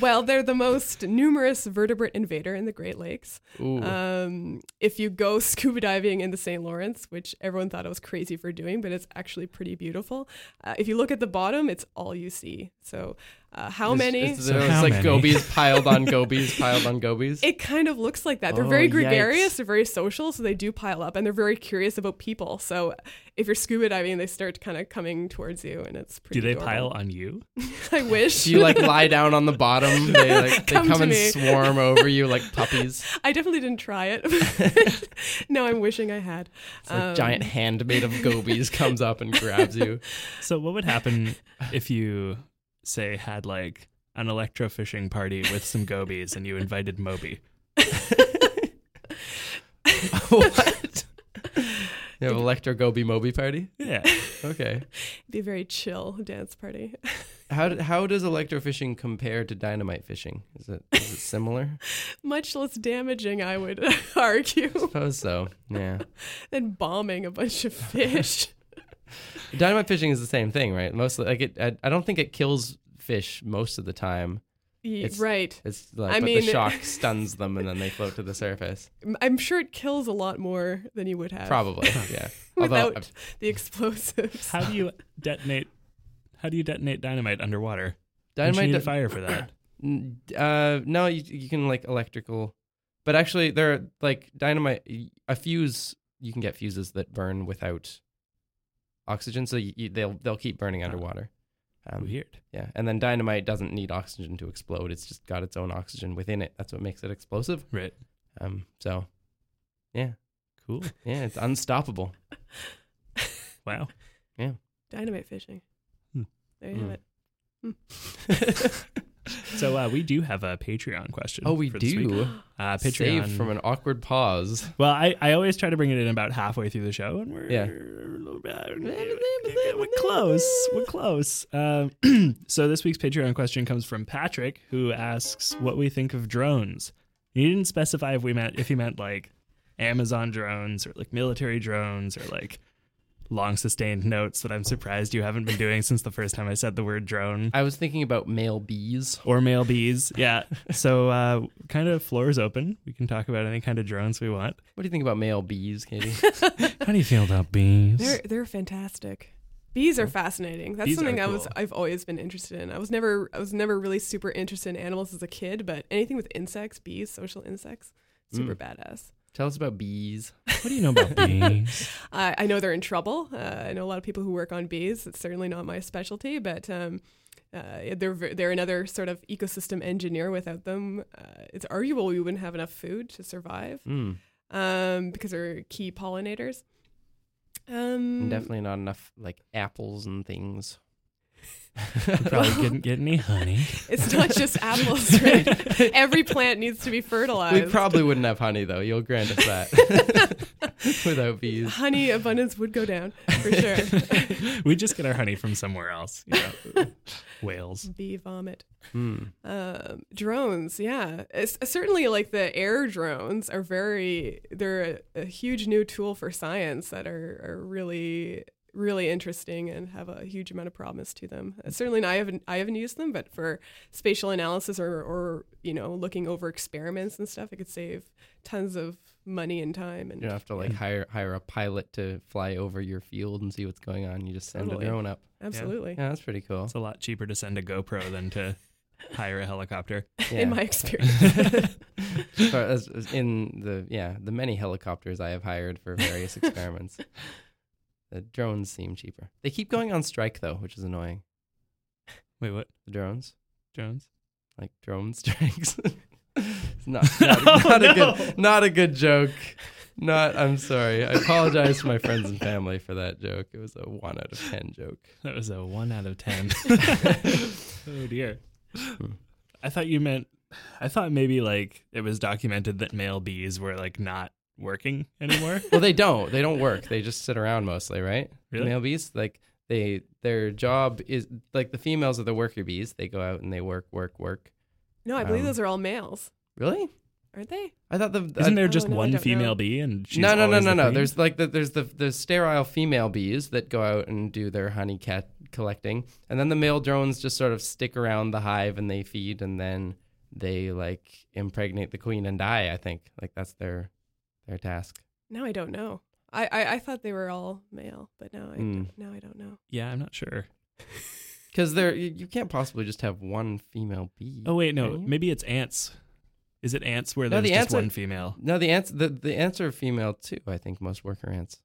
[SPEAKER 3] well, they're the most numerous vertebrate invader in the Great Lakes.
[SPEAKER 2] Ooh.
[SPEAKER 3] Um, if you go scuba diving in the St. Lawrence, which everyone thought I was crazy for doing, but it's actually pretty beautiful. Uh, if you look at the bottom, it's all you see. So, uh, how
[SPEAKER 2] It's-
[SPEAKER 3] many?
[SPEAKER 2] It's, it's
[SPEAKER 1] How
[SPEAKER 2] like
[SPEAKER 1] many?
[SPEAKER 2] gobies piled on gobies piled on gobies.
[SPEAKER 3] it kind of looks like that. They're
[SPEAKER 2] Oh,
[SPEAKER 3] very
[SPEAKER 2] yikes.
[SPEAKER 3] gregarious, they're very social, so they do pile up and they're very curious about people. So, if you're scuba diving, they start kind of coming towards you, and it's pretty
[SPEAKER 1] Do they
[SPEAKER 3] adorable.
[SPEAKER 1] pile on you?
[SPEAKER 3] I wish.
[SPEAKER 2] Do you like lie down on the bottom? They like they
[SPEAKER 3] Come
[SPEAKER 2] come,
[SPEAKER 3] to
[SPEAKER 2] and
[SPEAKER 3] me.
[SPEAKER 2] swarm over you like puppies.
[SPEAKER 3] I definitely didn't try it. no, I'm wishing I had.
[SPEAKER 2] It's
[SPEAKER 3] Um,
[SPEAKER 2] like giant hand made of gobies comes up and grabs you.
[SPEAKER 1] So what would happen if you say had like an electrofishing party with some gobies and you invited Moby?
[SPEAKER 2] what? You have electro goby moby party?
[SPEAKER 1] Yeah.
[SPEAKER 2] Okay.
[SPEAKER 3] It'd be a very chill dance party.
[SPEAKER 2] How d- how does electrofishing compare to dynamite fishing? Is it is it similar?
[SPEAKER 3] Much less damaging, I would argue,
[SPEAKER 2] suppose so. Yeah.
[SPEAKER 3] than bombing a bunch of fish.
[SPEAKER 2] Dynamite fishing is the same thing, right? Mostly like it I, I don't think it kills fish most of the time.
[SPEAKER 3] Ye-
[SPEAKER 2] It's-
[SPEAKER 3] right.
[SPEAKER 2] It's like
[SPEAKER 3] I
[SPEAKER 2] but
[SPEAKER 3] mean-
[SPEAKER 2] the shock stuns them and then they float to the surface.
[SPEAKER 3] M- I'm sure it kills a lot more than you would have
[SPEAKER 2] Probably. Yeah. uh,
[SPEAKER 3] without the explosives.
[SPEAKER 1] How do you detonate? How do you detonate dynamite underwater? Don't you
[SPEAKER 2] dynamite
[SPEAKER 1] need a
[SPEAKER 2] di-
[SPEAKER 1] fire for that.
[SPEAKER 2] N- Uh, no, you you can like electrical, but actually there are like dynamite y- a fuse. You can get fuses that burn without oxygen, so you, you, they'll they'll keep
[SPEAKER 3] Ah.
[SPEAKER 2] burning underwater. Um,
[SPEAKER 1] Weird.
[SPEAKER 2] yeah, and then dynamite doesn't need oxygen to explode. It's just got its own oxygen within it. That's what makes it explosive.
[SPEAKER 1] Right.
[SPEAKER 2] Um, so
[SPEAKER 1] Cool.
[SPEAKER 2] yeah, it's unstoppable.
[SPEAKER 1] Wow.
[SPEAKER 3] Dynamite fishing.
[SPEAKER 1] Hmm.
[SPEAKER 3] There you have
[SPEAKER 2] Hmm.
[SPEAKER 3] it.
[SPEAKER 1] So uh, we do have a Patreon question.
[SPEAKER 2] oh, we
[SPEAKER 1] for this week.
[SPEAKER 2] do.
[SPEAKER 1] Uh, Patreon.
[SPEAKER 2] Saved from an awkward pause.
[SPEAKER 1] well, I, I always try to bring it in about halfway through the show, and we're
[SPEAKER 2] Yeah.
[SPEAKER 1] a little bit- we're close. We're close. Um, so this week's Patreon question comes from Patrick, who asks what we think of drones. He didn't specify if we meant if he meant like Amazon drones or like military drones or like long sustained notes that I'm surprised you haven't been doing since the first time I said the word drone.
[SPEAKER 2] I was thinking about male bees.
[SPEAKER 1] or male bees. Yeah. So uh, kind of floor is open. We can talk about any kind of drones we want.
[SPEAKER 2] What do you think about male bees, Katie?
[SPEAKER 1] How do you feel about bees?
[SPEAKER 3] They're they're fantastic. Bees are fascinating. That's
[SPEAKER 1] Bees are
[SPEAKER 3] something I was
[SPEAKER 1] cool.
[SPEAKER 3] I've always been interested in. I was never I was never really super interested in animals as a kid, but anything with insects, bees, social insects, super
[SPEAKER 1] Hmm.
[SPEAKER 3] badass.
[SPEAKER 2] Tell us about bees.
[SPEAKER 1] what do you know about bees?
[SPEAKER 3] I, I know they're in trouble. Uh, I know a lot of people who work on bees. It's certainly not my specialty, but um, uh, they're ve- they're another sort of ecosystem engineer. Without them, uh, it's arguable we wouldn't have enough food to survive
[SPEAKER 2] Mm.
[SPEAKER 3] um, because they're key pollinators.
[SPEAKER 2] And
[SPEAKER 3] Um,
[SPEAKER 2] definitely not enough like apples and things.
[SPEAKER 1] Probably couldn't get any honey.
[SPEAKER 3] It's not just apples, right? Every plant needs to be
[SPEAKER 2] we
[SPEAKER 3] fertilized.
[SPEAKER 2] probably wouldn't have honey though. You'll grant us that. Without bees,
[SPEAKER 3] Honey abundance would go down for sure.
[SPEAKER 1] we just get our honey from somewhere else. You know? Whales.
[SPEAKER 3] Bee vomit.
[SPEAKER 2] Mm.
[SPEAKER 3] Um, drones, yeah. It's, uh, certainly, like the air drones are very, they're a, a huge new tool for science that are, are really, really interesting and have a huge amount of promise to them. Uh, certainly, I haven't, I haven't used them, but for spatial analysis or, or, you know, looking over experiments and stuff, it could save tons of money and time. And
[SPEAKER 2] you don't have to like hire hire a pilot to fly over your field and see what's going on. You just send
[SPEAKER 3] Totally.
[SPEAKER 2] a drone up.
[SPEAKER 3] absolutely.
[SPEAKER 2] Yeah, that's pretty cool.
[SPEAKER 1] It's a lot cheaper to send a GoPro than to hire a helicopter.
[SPEAKER 2] Yeah.
[SPEAKER 3] in my experience.
[SPEAKER 2] Or as- as in the yeah the many helicopters I have hired for various experiments, the drones seem cheaper. They keep going on strike though, which is annoying.
[SPEAKER 1] Wait, what?
[SPEAKER 2] The drones.
[SPEAKER 1] Drones?
[SPEAKER 2] like drone strikes. it's not not,
[SPEAKER 1] Oh,
[SPEAKER 2] not a good not a good joke. Not I'm sorry. I apologize to my friends and family for that joke. It was a one out of ten joke.
[SPEAKER 1] That was a one out of ten. oh dear. I thought you meant. I thought maybe like it was documented that male bees were like not working anymore.
[SPEAKER 2] Well, they don't. They don't work. They just sit around mostly, right?
[SPEAKER 1] Really?
[SPEAKER 2] Male bees like they their job is like the females are the worker bees. They go out and they work, work, work.
[SPEAKER 3] No, I believe
[SPEAKER 2] Um,
[SPEAKER 3] those are all males,
[SPEAKER 2] Really?
[SPEAKER 3] aren't they?
[SPEAKER 2] I thought the
[SPEAKER 1] Isn't
[SPEAKER 2] I-
[SPEAKER 1] there just
[SPEAKER 3] no, I
[SPEAKER 1] one
[SPEAKER 3] don't
[SPEAKER 1] female
[SPEAKER 3] know.
[SPEAKER 1] bee and she's
[SPEAKER 2] no, no, no,
[SPEAKER 1] always
[SPEAKER 2] no,
[SPEAKER 1] the
[SPEAKER 2] no.
[SPEAKER 1] queen?
[SPEAKER 2] There's like the there's the the sterile female bees that go out and do their honey cat collecting, and then the male drones just sort of stick around the hive and they feed, and then they like impregnate the queen and die. I think like that's their their task.
[SPEAKER 3] No, I don't know. I, I, I thought they were all male, but now I
[SPEAKER 2] Hmm.
[SPEAKER 3] don't, now I don't know.
[SPEAKER 1] yeah, I'm not sure.
[SPEAKER 2] Because they're you, you can't possibly just have one female bee.
[SPEAKER 1] Oh wait, no,
[SPEAKER 2] Right?
[SPEAKER 1] maybe it's ants. Is it ants where
[SPEAKER 2] No,
[SPEAKER 1] there's
[SPEAKER 2] the
[SPEAKER 1] just
[SPEAKER 2] ants are-
[SPEAKER 1] one female?
[SPEAKER 2] no, the ants the the ants are female too. I think most worker ants,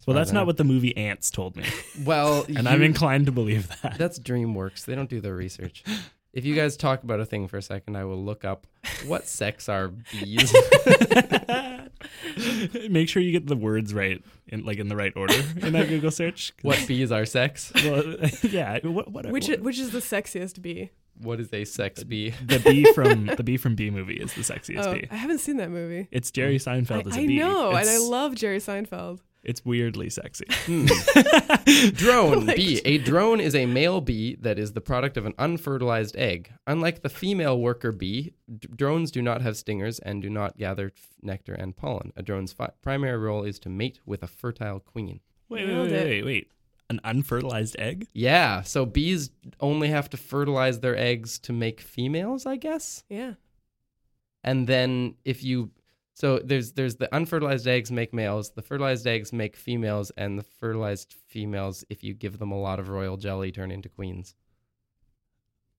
[SPEAKER 2] as
[SPEAKER 1] Well,
[SPEAKER 2] far
[SPEAKER 1] that's
[SPEAKER 2] as I
[SPEAKER 1] not
[SPEAKER 2] know.
[SPEAKER 1] what the movie Ants told me,
[SPEAKER 2] Well,
[SPEAKER 1] and
[SPEAKER 2] you-
[SPEAKER 1] I'm inclined to believe that.
[SPEAKER 2] That's DreamWorks. They don't do their research. If you guys talk about a thing for a second, I will look up what sex are bees.
[SPEAKER 1] Make sure you get the words right, in, like in the right order in that Google search. 'Cause-
[SPEAKER 2] what bees are sex?
[SPEAKER 1] Well, yeah. What? what
[SPEAKER 3] Which
[SPEAKER 1] what-
[SPEAKER 3] which is the sexiest bee?
[SPEAKER 2] What is a sex bee?
[SPEAKER 1] the bee from the bee from B movie is the sexiest
[SPEAKER 3] Oh,
[SPEAKER 1] bee.
[SPEAKER 3] I haven't seen that movie.
[SPEAKER 1] It's Jerry Seinfeld
[SPEAKER 3] I,
[SPEAKER 1] as a
[SPEAKER 3] I
[SPEAKER 1] bee.
[SPEAKER 3] know, and I
[SPEAKER 1] It's-
[SPEAKER 3] love Jerry Seinfeld.
[SPEAKER 1] It's weirdly sexy.
[SPEAKER 2] Drone
[SPEAKER 3] Like-
[SPEAKER 2] bee. A drone is a male bee that is the product of an unfertilized egg. Unlike the female worker bee, d- drones do not have stingers and do not gather f- nectar and pollen. A drone's fi- primary role is to mate with a fertile queen.
[SPEAKER 1] Wait, wait,
[SPEAKER 3] Nailed
[SPEAKER 1] wait,
[SPEAKER 3] it.
[SPEAKER 1] wait, wait. An unfertilized egg?
[SPEAKER 2] Yeah, so bees only have to fertilize their eggs to make females, I guess.
[SPEAKER 3] Yeah.
[SPEAKER 2] and then if you so there's there's the unfertilized eggs make males the fertilized eggs make females and the fertilized females if you give them a lot of royal jelly turn into queens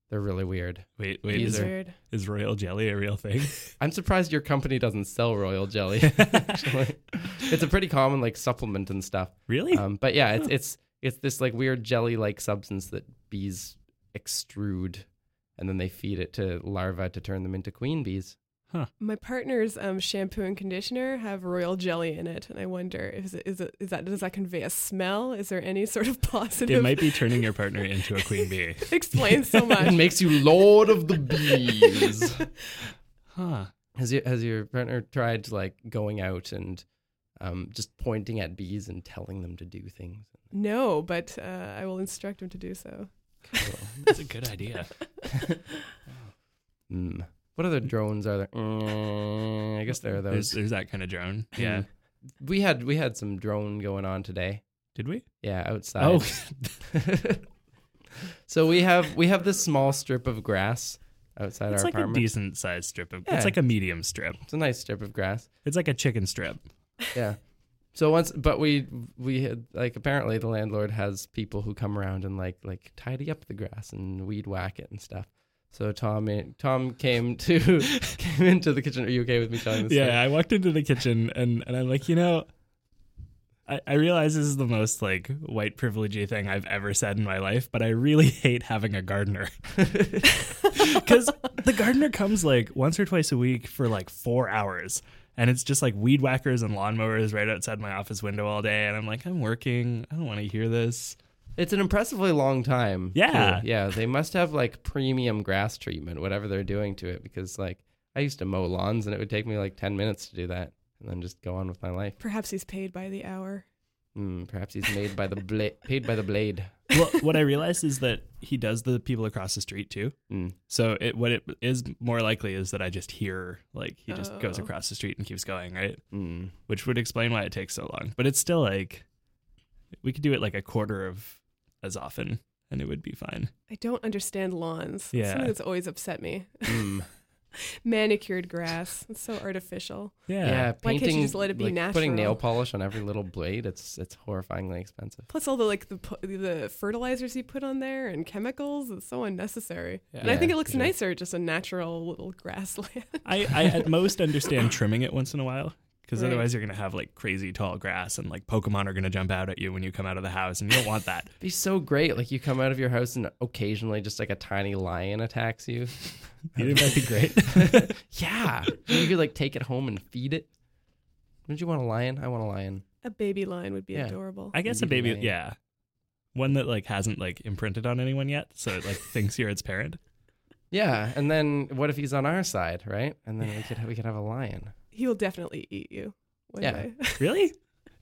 [SPEAKER 2] they're really weird
[SPEAKER 1] Wait, wait.
[SPEAKER 2] These
[SPEAKER 1] Is,
[SPEAKER 2] are-
[SPEAKER 3] Weird.
[SPEAKER 1] is royal jelly a real thing?
[SPEAKER 2] i'm surprised your company doesn't sell royal jelly actually it's a pretty common like supplement and stuff
[SPEAKER 1] really?
[SPEAKER 2] um, but yeah it's it's it's this like weird jelly like substance that bees extrude and then they feed it to larvae to turn them into queen bees
[SPEAKER 3] My partner's um, shampoo and conditioner have royal jelly in it, and I wonder is it, is, it, is that does that convey a smell? Is there any sort of positive?
[SPEAKER 1] it might be turning your partner into a queen bee.
[SPEAKER 3] explains so
[SPEAKER 2] It
[SPEAKER 3] much.
[SPEAKER 2] makes you lord of the bees.
[SPEAKER 1] Huh.
[SPEAKER 2] has your has your partner tried like going out and um, just pointing at bees and telling them to do things?
[SPEAKER 3] no, but uh, I will instruct him to do so.
[SPEAKER 1] That's a good idea.
[SPEAKER 2] Mm. What other drones are there? Mm, I guess there are
[SPEAKER 1] There's,
[SPEAKER 2] those.
[SPEAKER 1] there's that kind of drone. Yeah.
[SPEAKER 2] Mm. we had we had some drone going on today.
[SPEAKER 1] Did we?
[SPEAKER 2] Yeah, outside.
[SPEAKER 1] Oh,
[SPEAKER 2] so we have we have this small strip of grass outside
[SPEAKER 1] it's
[SPEAKER 2] our
[SPEAKER 1] like a
[SPEAKER 2] apartment.
[SPEAKER 1] decent sized strip of.
[SPEAKER 2] Yeah.
[SPEAKER 1] It's like a medium strip.
[SPEAKER 2] it's a nice strip of grass.
[SPEAKER 1] It's like a chicken strip.
[SPEAKER 2] Yeah. So once, but we we had like apparently the landlord has people who come around and like like tidy up the grass and weed whack it and stuff. So Tom eh, Tom came to came into the kitchen. Are you okay with me telling this?
[SPEAKER 1] yeah,
[SPEAKER 2] story?
[SPEAKER 1] I walked into the kitchen and, and I'm like, you know, I, I realize this is the most like white privilegey thing I've ever said in my life, but I really hate having a gardener. Because the gardener comes like once or twice a week for like four hours. And it's just like weed whackers and lawnmowers right outside my office window all day. And I'm like, I'm working. I don't want to hear this.
[SPEAKER 2] It's an impressively long time. too.
[SPEAKER 1] Yeah.
[SPEAKER 2] Yeah. They must have like premium grass treatment, whatever they're doing to it, because like I used to mow lawns and it would take me like ten minutes to do that, and then just go on with my life.
[SPEAKER 3] Perhaps he's paid by the hour.
[SPEAKER 2] Mm, perhaps he's made by the blade, paid by the blade.
[SPEAKER 1] Well, what I realized is that he does the people across the street too.
[SPEAKER 2] Mm.
[SPEAKER 1] So it, what it is more likely is that I just hear like he just goes
[SPEAKER 3] Oh.
[SPEAKER 1] across the street and keeps going, right?
[SPEAKER 2] Mm.
[SPEAKER 1] Which would explain why it takes so long. But it's still like we could do it like a quarter of as often and it would be fine.
[SPEAKER 3] I don't understand lawns. That's
[SPEAKER 1] Yeah.
[SPEAKER 3] something that's always upset me.
[SPEAKER 2] Mm.
[SPEAKER 3] Manicured grass. It's so artificial.
[SPEAKER 1] Yeah.
[SPEAKER 2] Yeah,
[SPEAKER 3] Why
[SPEAKER 2] painting.
[SPEAKER 3] can't you just let it be
[SPEAKER 2] like, Putting nail
[SPEAKER 3] natural?
[SPEAKER 2] polish on every little blade, it's it's horrifyingly expensive.
[SPEAKER 3] Plus all the like the po- the fertilizers you put on there and chemicals. It's so unnecessary. and I
[SPEAKER 2] Yeah,
[SPEAKER 3] think it looks
[SPEAKER 2] sure.
[SPEAKER 3] nicer just a natural little grassland.
[SPEAKER 1] I, I at most understand trimming it once in a while because
[SPEAKER 3] Right.
[SPEAKER 1] otherwise you're going to have like crazy tall grass and like Pokemon are going to jump out at you when you come out of the house and you don't want that.
[SPEAKER 2] It'd be so great. Like you come out of your house and occasionally just like a tiny lion attacks you.
[SPEAKER 1] you think that'd be great?
[SPEAKER 2] yeah, you could like take it home and feed it. Don't you want a lion? I want a lion.
[SPEAKER 3] a baby lion would be
[SPEAKER 2] Yeah.
[SPEAKER 3] adorable.
[SPEAKER 1] I guess a
[SPEAKER 2] Maybe
[SPEAKER 1] baby,
[SPEAKER 2] lion.
[SPEAKER 1] yeah. One that like hasn't like imprinted on anyone yet, so it like thinks you're its parent.
[SPEAKER 2] Yeah, and then what if he's on our side, right? And then we could have, we could have a lion.
[SPEAKER 3] he will definitely eat you one
[SPEAKER 2] Yeah.
[SPEAKER 3] day.
[SPEAKER 1] Really?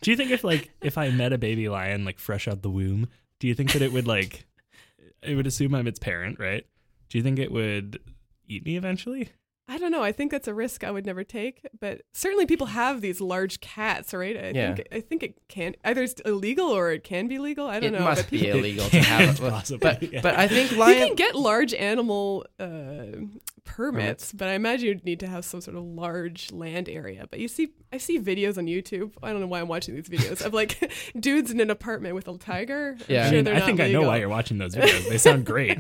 [SPEAKER 1] Do you think if like if I met a baby lion like fresh out the womb, do you think that it would like it would assume I'm its parent, right? Do you think it would eat me eventually?
[SPEAKER 3] I don't know. I think that's a risk I would never take, but certainly people have these large cats, right? I
[SPEAKER 2] Yeah.
[SPEAKER 3] think I think it can either it's illegal or it can be legal. I
[SPEAKER 2] It
[SPEAKER 3] don't know.
[SPEAKER 2] must
[SPEAKER 3] but
[SPEAKER 2] be
[SPEAKER 3] people-
[SPEAKER 2] illegal to have
[SPEAKER 1] can't
[SPEAKER 2] it, but-
[SPEAKER 1] possibly,
[SPEAKER 2] but
[SPEAKER 1] yeah.
[SPEAKER 2] but I think
[SPEAKER 3] You
[SPEAKER 2] lion.
[SPEAKER 3] can get large animal uh, permits, but I imagine you'd need to have some sort of large land area. But you see, I see videos on YouTube. I don't know why I'm watching these videos of like dudes in an apartment with a tiger. I'm
[SPEAKER 2] Yeah. I
[SPEAKER 1] I,
[SPEAKER 2] mean,
[SPEAKER 3] sure
[SPEAKER 1] mean,
[SPEAKER 3] they're
[SPEAKER 1] I
[SPEAKER 3] not
[SPEAKER 1] think I know
[SPEAKER 3] legal.
[SPEAKER 1] why you're watching those videos. They sound great.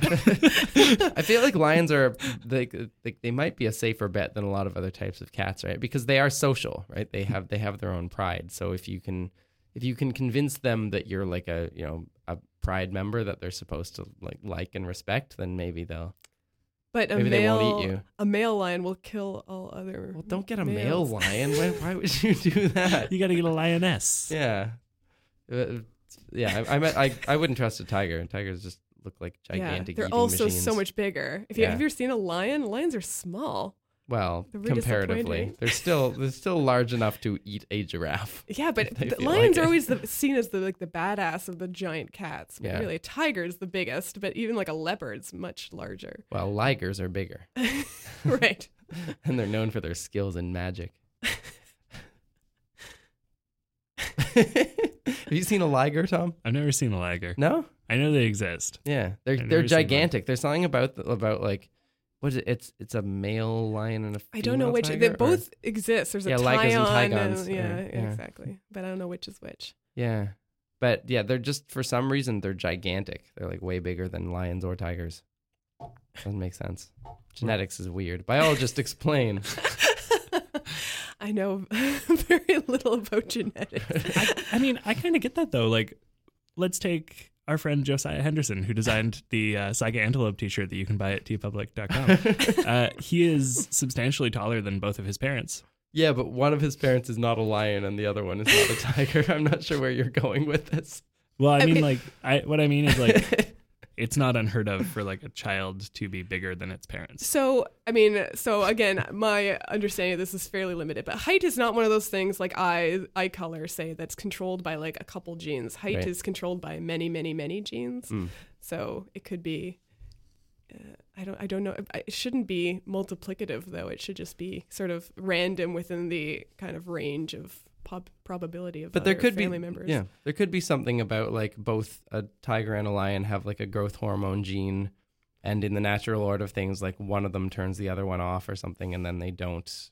[SPEAKER 2] I feel like lions are like like they might be a safer bet than a lot of other types of cats, right? Because they are social, right? They have they have their own pride. So if you can if you can convince them that you're like a you know a pride member that they're supposed to like like and respect, then maybe they'll
[SPEAKER 3] But a
[SPEAKER 2] maybe they
[SPEAKER 3] male,
[SPEAKER 2] won't eat you.
[SPEAKER 3] a male lion will kill all other.
[SPEAKER 2] Well, don't get a male
[SPEAKER 3] males.
[SPEAKER 2] lion. Why, why would you do that?
[SPEAKER 1] You got to get a lioness.
[SPEAKER 2] Yeah, Uh, yeah. I I, meant- I I wouldn't trust a tiger. Tigers just look like gigantic.
[SPEAKER 3] they're
[SPEAKER 2] eating
[SPEAKER 3] also
[SPEAKER 2] machines.
[SPEAKER 3] so much bigger. If you
[SPEAKER 2] Yeah.
[SPEAKER 3] have you ever seen a lion? Lions are small.
[SPEAKER 2] Well,
[SPEAKER 3] They're really
[SPEAKER 2] comparatively,
[SPEAKER 3] disappointing.
[SPEAKER 2] they're still they're still large enough to eat a giraffe.
[SPEAKER 3] Yeah, but
[SPEAKER 2] They
[SPEAKER 3] the
[SPEAKER 2] feel like
[SPEAKER 3] lions are
[SPEAKER 2] it.
[SPEAKER 3] always the, seen as the like the badass of the giant cats. But
[SPEAKER 2] Yeah.
[SPEAKER 3] Really, a tiger's the biggest, but even like a leopard's much larger.
[SPEAKER 2] Well, ligers are bigger,
[SPEAKER 3] right.
[SPEAKER 2] and they're known for their skills in magic. Have you seen a liger, Tom?
[SPEAKER 1] I've never seen a liger.
[SPEAKER 2] No.
[SPEAKER 1] I know they exist.
[SPEAKER 2] Yeah, they're
[SPEAKER 1] I've never
[SPEAKER 2] they're
[SPEAKER 1] seen one.
[SPEAKER 2] gigantic. There's something about the, about like what is it? It's it's a male lion and a
[SPEAKER 3] I don't know
[SPEAKER 2] female
[SPEAKER 3] which.
[SPEAKER 2] tiger,
[SPEAKER 3] They
[SPEAKER 2] or-
[SPEAKER 3] both exist. There's a
[SPEAKER 2] Yeah,
[SPEAKER 3] tie
[SPEAKER 2] Lycas and
[SPEAKER 3] on.
[SPEAKER 2] Tigons,
[SPEAKER 3] and- yeah,
[SPEAKER 2] or- yeah.
[SPEAKER 3] exactly. But I don't know which is which.
[SPEAKER 2] Yeah, but yeah, they're just for some reason they're gigantic. They're like way bigger than lions or tigers. Doesn't make sense. Genetics is weird. Biologists explain.
[SPEAKER 3] I know very little about genetics.
[SPEAKER 1] I, I mean, I kind of get that though. Like, let's take our friend Josiah Henderson, who designed the uh, Saga Antelope T-shirt that you can buy at tpublic.com. uh, he is substantially taller than both of his parents.
[SPEAKER 2] Yeah, but one of his parents is not a lion and the other one is not a tiger. I'm not sure where you're going with this.
[SPEAKER 1] Well, I mean,
[SPEAKER 3] mean-
[SPEAKER 1] like, I what I mean is like, it's not unheard of for like a child to be bigger than its parents.
[SPEAKER 3] So, I mean, so again, my understanding of this is fairly limited, but height is not one of those things like eye eye color say that's controlled by like a couple genes. Height
[SPEAKER 2] Right.
[SPEAKER 3] is controlled by many, many, many genes.
[SPEAKER 2] Mm.
[SPEAKER 3] So, it could be uh, I don't I don't know. I- It shouldn't be multiplicative though. It should just be sort of random within the kind of range of pop probability of
[SPEAKER 2] But there
[SPEAKER 3] other
[SPEAKER 2] could
[SPEAKER 3] family
[SPEAKER 2] be
[SPEAKER 3] members.
[SPEAKER 2] yeah, there could be something about like both a tiger and a lion have like a growth hormone gene, and in the natural order of things, like one of them turns the other one off or something, and then they don't,